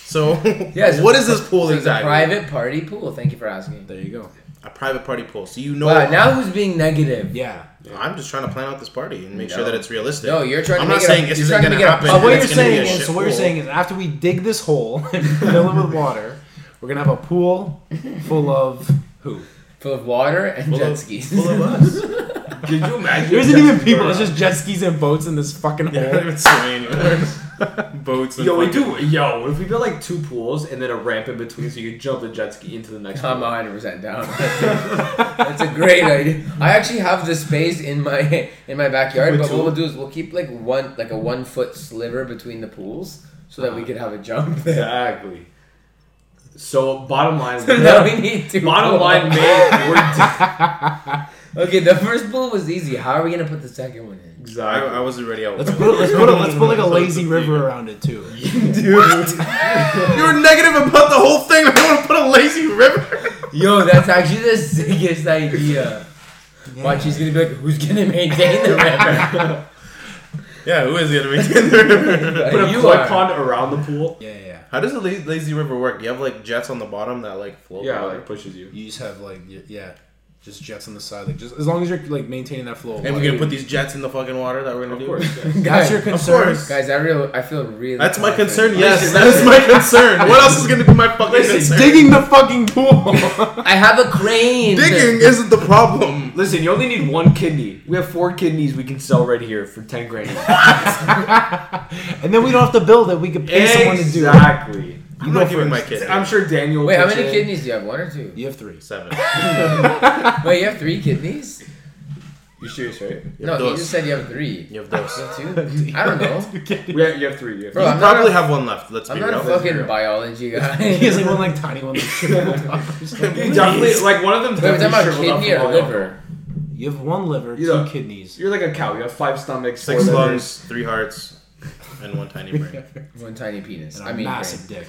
So, Yes. what is this pool So it's a exactly? private party pool. Thank you for asking. There you go. A private party pool. So you know Wow, now who's being negative? Yeah. I'm just trying to plan out this party and make sure that it's realistic. No, you're trying to I'm make not it a- saying you're this isn't trying to going make it to a- happen. But But and Oh, what you're it's gonna be saying a is, shit so what you're pool. saying is, after we dig this hole and fill it with water, we're gonna have a pool full of who? Full of water and Full jet of- skis. full of us. Did you imagine? There isn't if even Jesse people. Ventura- It's just jet skis and boats in this fucking They're not hole. even swimming anymore. Boats. and Yo, we fucking- do. Yo, what if we build like two pools and then a ramp in between so you can jump the jet ski into the next I'm pool? 100 percent down. That's a great idea. I actually have the space in my in my backyard, With but two? what we'll do is we'll keep like one like a one foot sliver between the pools so that we could have a jump. there. Exactly. So, bottom line. now we need to. Bottom line, man, we're di- Okay, the first pool was easy. How are we gonna put the second one in? I, exactly. I wasn't ready. out. Let's put let's put a, let's put like a lazy river around it too. You were negative about the whole thing. I want to put a lazy river. Yo, that's actually the sickest idea. Watch, he's gonna be like, who's gonna maintain the river? Yeah, who is gonna maintain the river? Put a you koi are. pond around the pool. Yeah, yeah, yeah. How does a la- lazy river work? You have like jets on the bottom that like float. Yeah, away. like pushes you. You just have like y- yeah, just jets on the side. Like just as long as you're like maintaining that flow. Of and we're water. gonna put these jets in the fucking water that we're gonna Of do. course. That's your Guys, concern. course. guys, I real, I feel really. That's my confident. concern. Yes, that is my concern. What else is gonna be my fucking Listen, concern? digging the fucking pool. I have a crane. Digging isn't the problem. Listen, you only need one kidney. We have four kidneys we can sell right here for 10 grand. and then we don't have to build it. We could pay someone to do it. Exactly. I'm not giving my kid. I'm sure Daniel. Wait, will how pitch many in. kidneys do you have? One or two? You have three. seven. Wait, you have three kidneys? You serious, right? No, you those. just said you have three. You have those. So two? I don't know. We have, you have three. You have Bro, You I'm not probably a- have one left. Let's I'm be not a real. fucking biology guy. He has like one like tiny one. Like, three. You definitely, like one of them. Wait, we're talking definitely about shriveled up kidney from or all the liver? you have one liver, two Yeah. kidneys. You're like a cow. You have five stomachs, Six four livers. lungs, three hearts, and one tiny brain. One tiny penis. And a I mean, massive dick.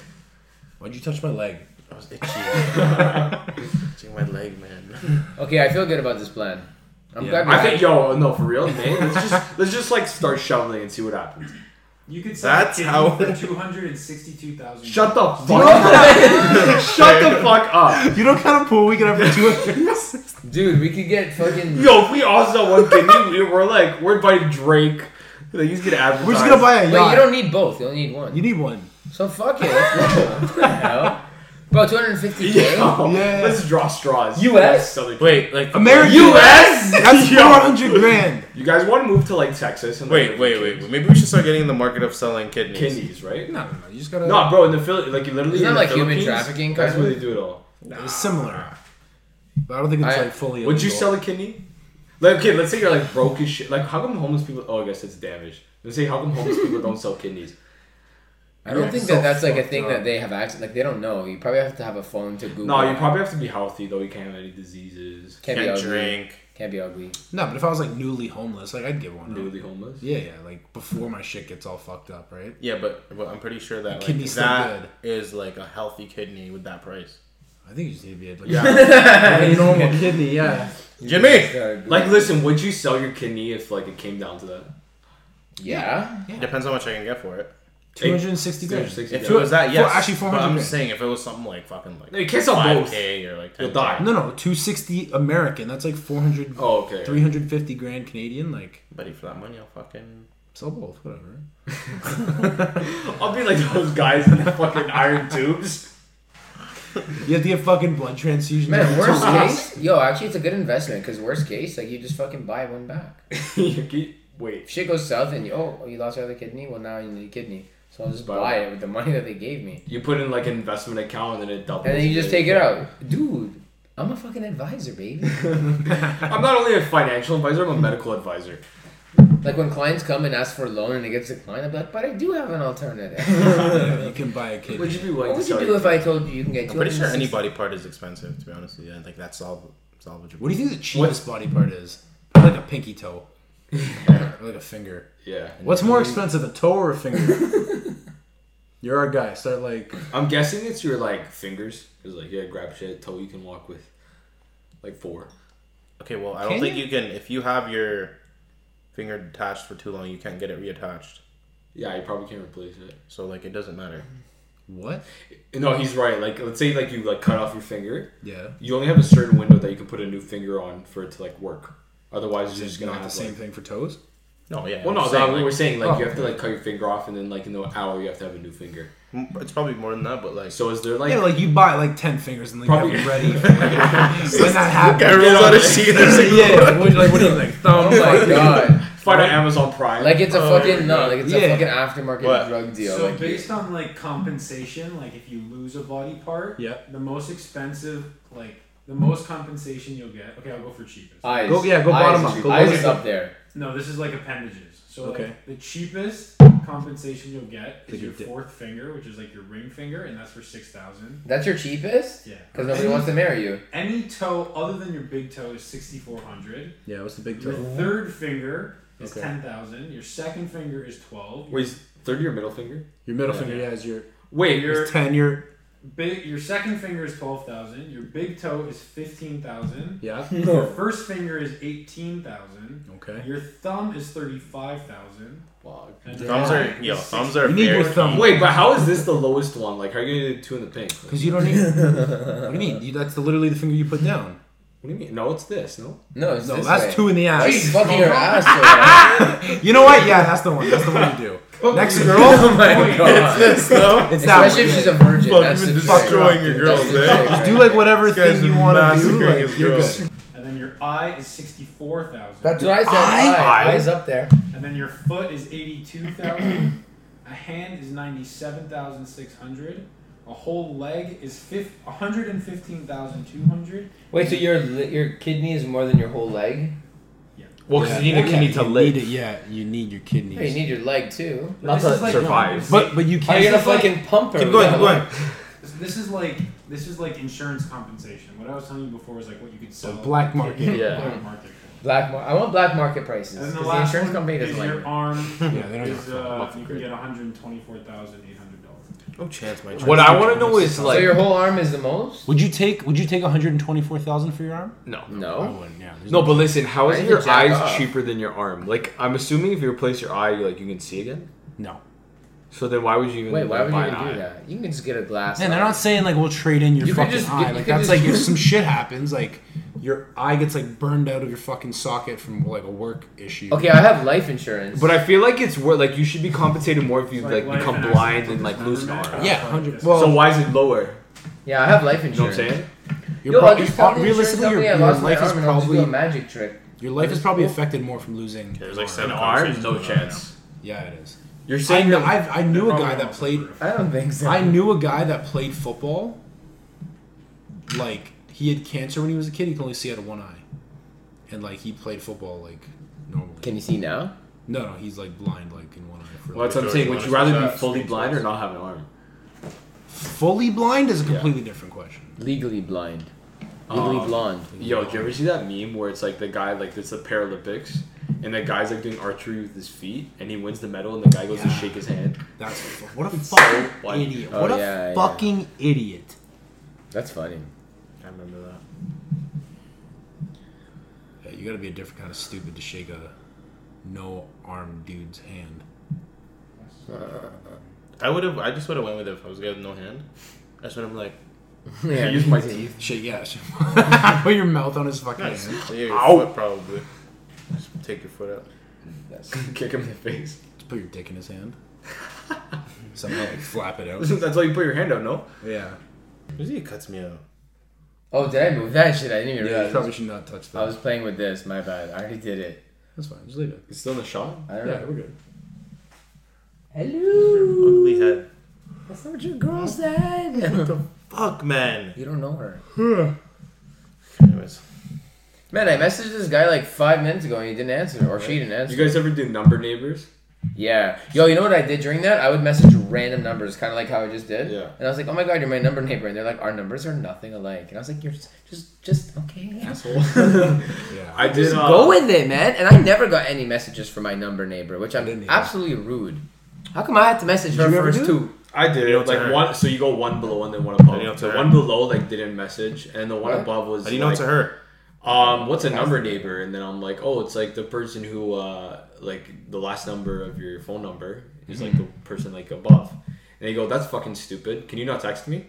Why'd you touch my leg? I was itchy. Itching my leg, man. brain. okay, I feel good about this plan. I'm Yeah. glad we I had- think, yo, no, for real, man. Let's just let's just like start shoveling and see what happens. You could sell That's the kidney how- for two hundred and sixty-two thousand. Shut the fuck up. Shut the fuck up. You know what kind of pool we could have for two hundred? dude, we could get fucking. Yo, if we all sell one kidney, we- we're like we're inviting Drake. Like, he's gonna advertise. We're just gonna buy a Wait, yacht. you don't need both. You only need one. You need one. So fuck it. Let's go. What the hell? Bro, 250k. Yo, Yeah. Let's draw straws. US? Southern- Wait, like American. U.S. That's Yo. four hundred grand. You guys want to move to like Texas? And, like, Wait, wait, wait. Maybe we should start getting in the market of selling kidneys. Kidneys, right? No, no, no. You just gotta. No, bro. In the Phil, like you literally Isn't that in the like human Philippines, trafficking That's kind where of? they do it all. It's similar, but I don't think it's I- like fully. Would you illegal. sell a kidney? Like, okay, let's say you're like broke as shit. Like, how come homeless people? Oh, I guess it's damaged. Let's say how come homeless people don't sell kidneys? I don't Yeah, think so that that's like a fucked thing up. that they have access. Like they don't know. You probably have to have a phone to Google. No, you it. probably have to be healthy though. You can't have any diseases. can't, be Can't ugly. drink. Can't be ugly. No, but if I was like newly homeless, like I'd give one. out. Newly homeless. Yeah, yeah. Like before my shit gets all fucked up, right? Yeah, but, but I'm pretty sure that like, kidney's still that is like a healthy kidney with that price. I think you just need to be like, Yeah. a normal kidney. Yeah. Jimmy, like, listen, would you sell your kidney if like it came down to that? yeah. depends how much I can get for it. Two hundred and sixty grand. If it dollars. was that, Four- yes. actually, But 400 I'm grand. just saying, if it was something like fucking like No, you can't sell both. 5k or like 10 You'll die. No, no, two sixty American. That's like 400, Oh, okay. 350 grand Canadian. Like Buddy, for that money, I'll fucking. sell both, whatever. I'll be like those guys in the fucking iron tubes. You have to get fucking blood transfusions. Man, every worst two weeks. case, yo, actually, it's a good investment because worst case, like you just fucking buy one back. You keep- Wait. If shit goes south and you, oh, you lost your other kidney. Well, now you need a kidney, so I'll just Buy buy, one. it with the money that they gave me, You put in like an investment account and then it doubles. and then you just take it out, dude. I'm a fucking advisor, baby. I'm not only a financial advisor, I'm a medical advisor. like when clients come and ask for a loan and it gets declined, I'm like, but I do have an alternative. you can buy a Would kidney. you be willing to what would you sell do your- if I told you you can get? I'm pretty sure 260? any body part is expensive, to be honest with you. I think that's solv- salvageable. What do you think the cheapest body part is? Like a pinky toe, or like a finger. Yeah. What's more expensive, a toe or a finger? You're our guy. Start like I'm guessing it's your like fingers. It's like yeah, grab shit, toe you can walk with. Like four. Okay, well, I don't Can think you? you can. If you have your finger detached for too long, you can't get it reattached. Yeah, you probably can't replace it. So like, it doesn't matter. what? No, he's right. Like let's say like you like cut off your finger. Yeah. You only have a certain window that you can put a new finger on for it to like work. Otherwise, Is you're it just gonna not have the same Like, thing for toes? No, yeah. well, I'm no, saying, that, we like, were saying like Oh. you have to like cut your finger off, and then like in an hour you have to have a new finger. m- it's probably more than that, but like. So is there like, Yeah, like you buy like ten fingers and like Probably- have them ready. For, like, when that Guy happens, rolls out a sheet. There's like, yeah. What, like what do you like thumb? Oh my god! find on Amazon Prime? Like it's a fucking no, like it's Yeah. a fucking aftermarket What? drug deal. Oh, So like, based on like compensation, like if you lose a body part, Yeah. the most expensive, like the most compensation you'll get. Okay, I'll go for cheapest. eyes, Go- yeah, go eyes, bottom up, go eyes bottom is up there. no, this is like appendages. So like, Okay. the cheapest compensation you'll get is Like your your dick. fourth finger, which is like your ring finger, and that's for six thousand. That's your cheapest. Yeah. Because nobody wants to marry you. Any toe other than your big toe is sixty four hundred. Yeah, what's the big Your toe? third finger is Okay. ten thousand. Your second finger is twelve. Wait, is third your middle finger? Your middle finger yeah, is your Wait, Your- you're is ten. Your Big, your second finger is twelve thousand. Your big toe is fifteen thousand. yeah. Your first finger is eighteen thousand. Okay. Your thumb is thirty-five thousand. Thumbs are yo. Thumbs are You need very. your thumb. wait, but how is this the lowest one? Like, how are you gonna do two in the pink? Like, Because you don't need. what do you mean? You, that's the, literally the finger you put down. what do you mean? No, it's this. No. No, it's No, this that's way. two in the Why are you ass. fucking your ass? You know what? Yeah, that's the one. That's the one you do. Next girl. oh my god! This though. It's that Especially one. if she's a virgin. Fucking that's the trick. destroying your That's girls, the eh? trick Just right do like there. whatever guy's thing you want to do. massacring Like, his you're girls. good. And then your eye is sixty-four thousand. That's what I said. Eye? Eye. Eyes up there. and then your foot is eighty-two thousand. A hand is ninety-seven thousand six hundred. A whole leg is fif- one hundred and fifteen thousand two hundred. Wait, so your li- your kidney is more than your whole leg? Well, 'cause you need a kidney You to live. need it, yeah, you need your Yeah, you kidneys. need your leg too. Not to survive. But but you Are can't. you gonna fucking pump her? Keep with going. that Keep going. leg? This is like this is like insurance compensation. What I was telling you before is like what you could The sell. black market. Yeah. Black market. Black. Mar- I want black market prices And then because the the, last insurance one company is doesn't like. your me. arm. Yeah, they don't is give a fuck. uh, Off the you can grid. get one hundred twenty-four thousand eight hundred dollars. No chance, my. What I want to know is so like, your whole arm is the most? Would you take Would you take one hundred and twenty four thousand for your arm? no, I No. wouldn't. Yeah. no. But listen, how Why is did you your jack eyes off? cheaper than your arm? Like, I'm assuming if you replace your eye, you like you can see again. no. So then why would you even? Wait, why would you buy even an do eye? that? You can just get a glass. And they're eye. not saying like we'll trade in your You could fucking just get- eye. you like could that's just- like if some shit happens, like your eye gets like burned out of your fucking socket from like a work issue. Okay, I have life insurance. But I feel like it's worth. Like you should be compensated more if you Like like, life become and blind accident and like lose an arm. retirement. Yeah, hundred. So Well, So why is it lower? yeah, I have life insurance. You know what I'm saying? your, Yo, pro- I your just pro- told the insurance realistically, your, company I your lost my life is arm and I'll just do a probably magic trick. your life is probably affected more from losing. There's an arm. like seven Arm, no chance. Yeah, it is. You're I, saying kn- that I've, I knew a Probably guy that also played. for- I don't think so. I knew a guy that played football. Like he had cancer when he was a kid. He could only see out of one eye, and like he played football like normally. Can you see now? no, no, he's like blind, like in one eye. For, Well, that's what I'm saying. Would you rather be fully blind or not have an arm? fully blind is a completely different question. Legally blind. Legally Oh. Um, blonde. Yo, did you ever see that meme where it's like the guy like it's the Paralympics and the guy's like doing archery with his feet and he wins the medal and the guy goes to Yeah. shake his hand. That's what a fucking funny. idiot. Oh, what a yeah, yeah. fucking idiot. That's funny. I remember that. Yeah, you gotta be a different kind of stupid to shake a no armed dude's hand. I would have. I just would have went with it if I was gonna have no hand. I just would have like. Yeah. I use my teeth. Shake, yeah. Shake. Put your mouth on his fucking Nice. hand. Yeah, your Ow. foot probably. Just take your foot out. That's- Kick him in the face. Just put your dick in his hand. Somehow, like, flap it out. That's why you put your hand out, no? Yeah. Usually it cuts me out. Oh, did I move that shit? I didn't even Yeah, you realize. probably should not touch that. I was playing with this. My bad. I already did it. That's fine. Just leave it. It's still in the shot. I don't Yeah, know. we're good. Hello. Ugly head. That's not what your girl said. Fuck, man. you don't know her. Anyways, Man, I messaged this guy like five minutes ago and he didn't answer, or she didn't answer. You guys ever do number neighbors? yeah. Yo, you know what I did during that? I would message random numbers, kind of like how I just did. Yeah. And I was like, oh my god, you're my number neighbor. And they're like, our numbers are nothing alike. And I was like, you're just, just, just okay. Asshole. Yeah. I did. Just Uh, go with it, man. And I never got any messages from my number neighbor, which I didn't I'm either. absolutely rude. How come I had to message her you ever do first too? I did Video it like turn. one. So you go one below and then one Video above. The turn. one below like didn't message, and the one What? above was. how do you know like, it's a her? um, what's a number neighbor? And then I'm like, oh, it's like the person who, uh, like the last number of your phone number is like the person like above. And they go, that's fucking stupid. Can you not text me?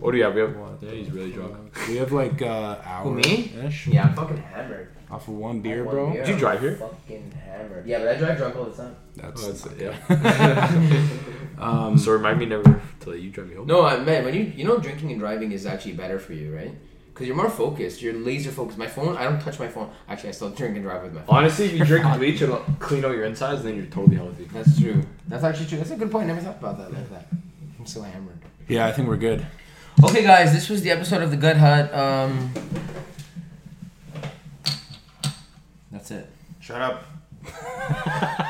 what do you have? We have one. Yeah, he's really drunk. We have like uh, hour. me? Ish. Yeah, I'm fucking hammered. off of one beer, One bro. beer, Did you I'm drive here? Fucking hammered. Yeah, but I drive drunk all the time. That's, Oh, that's it, yeah. Um, so remind me never to let you drive me home. No, I meant when you you know drinking and driving is actually better for you, right? Because you're more focused. You're laser focused. My phone, I don't touch my phone. Actually, I still drink and drive with my phone. Honestly, if you drink bleach, it'll clean out your insides, and then you're totally healthy. That's true. That's actually true. That's a good point. I never thought about that like that. I'm so hammered. yeah, I think we're good. Okay, guys, this was the episode of the Gut Hut. Um, that's it. Shut up.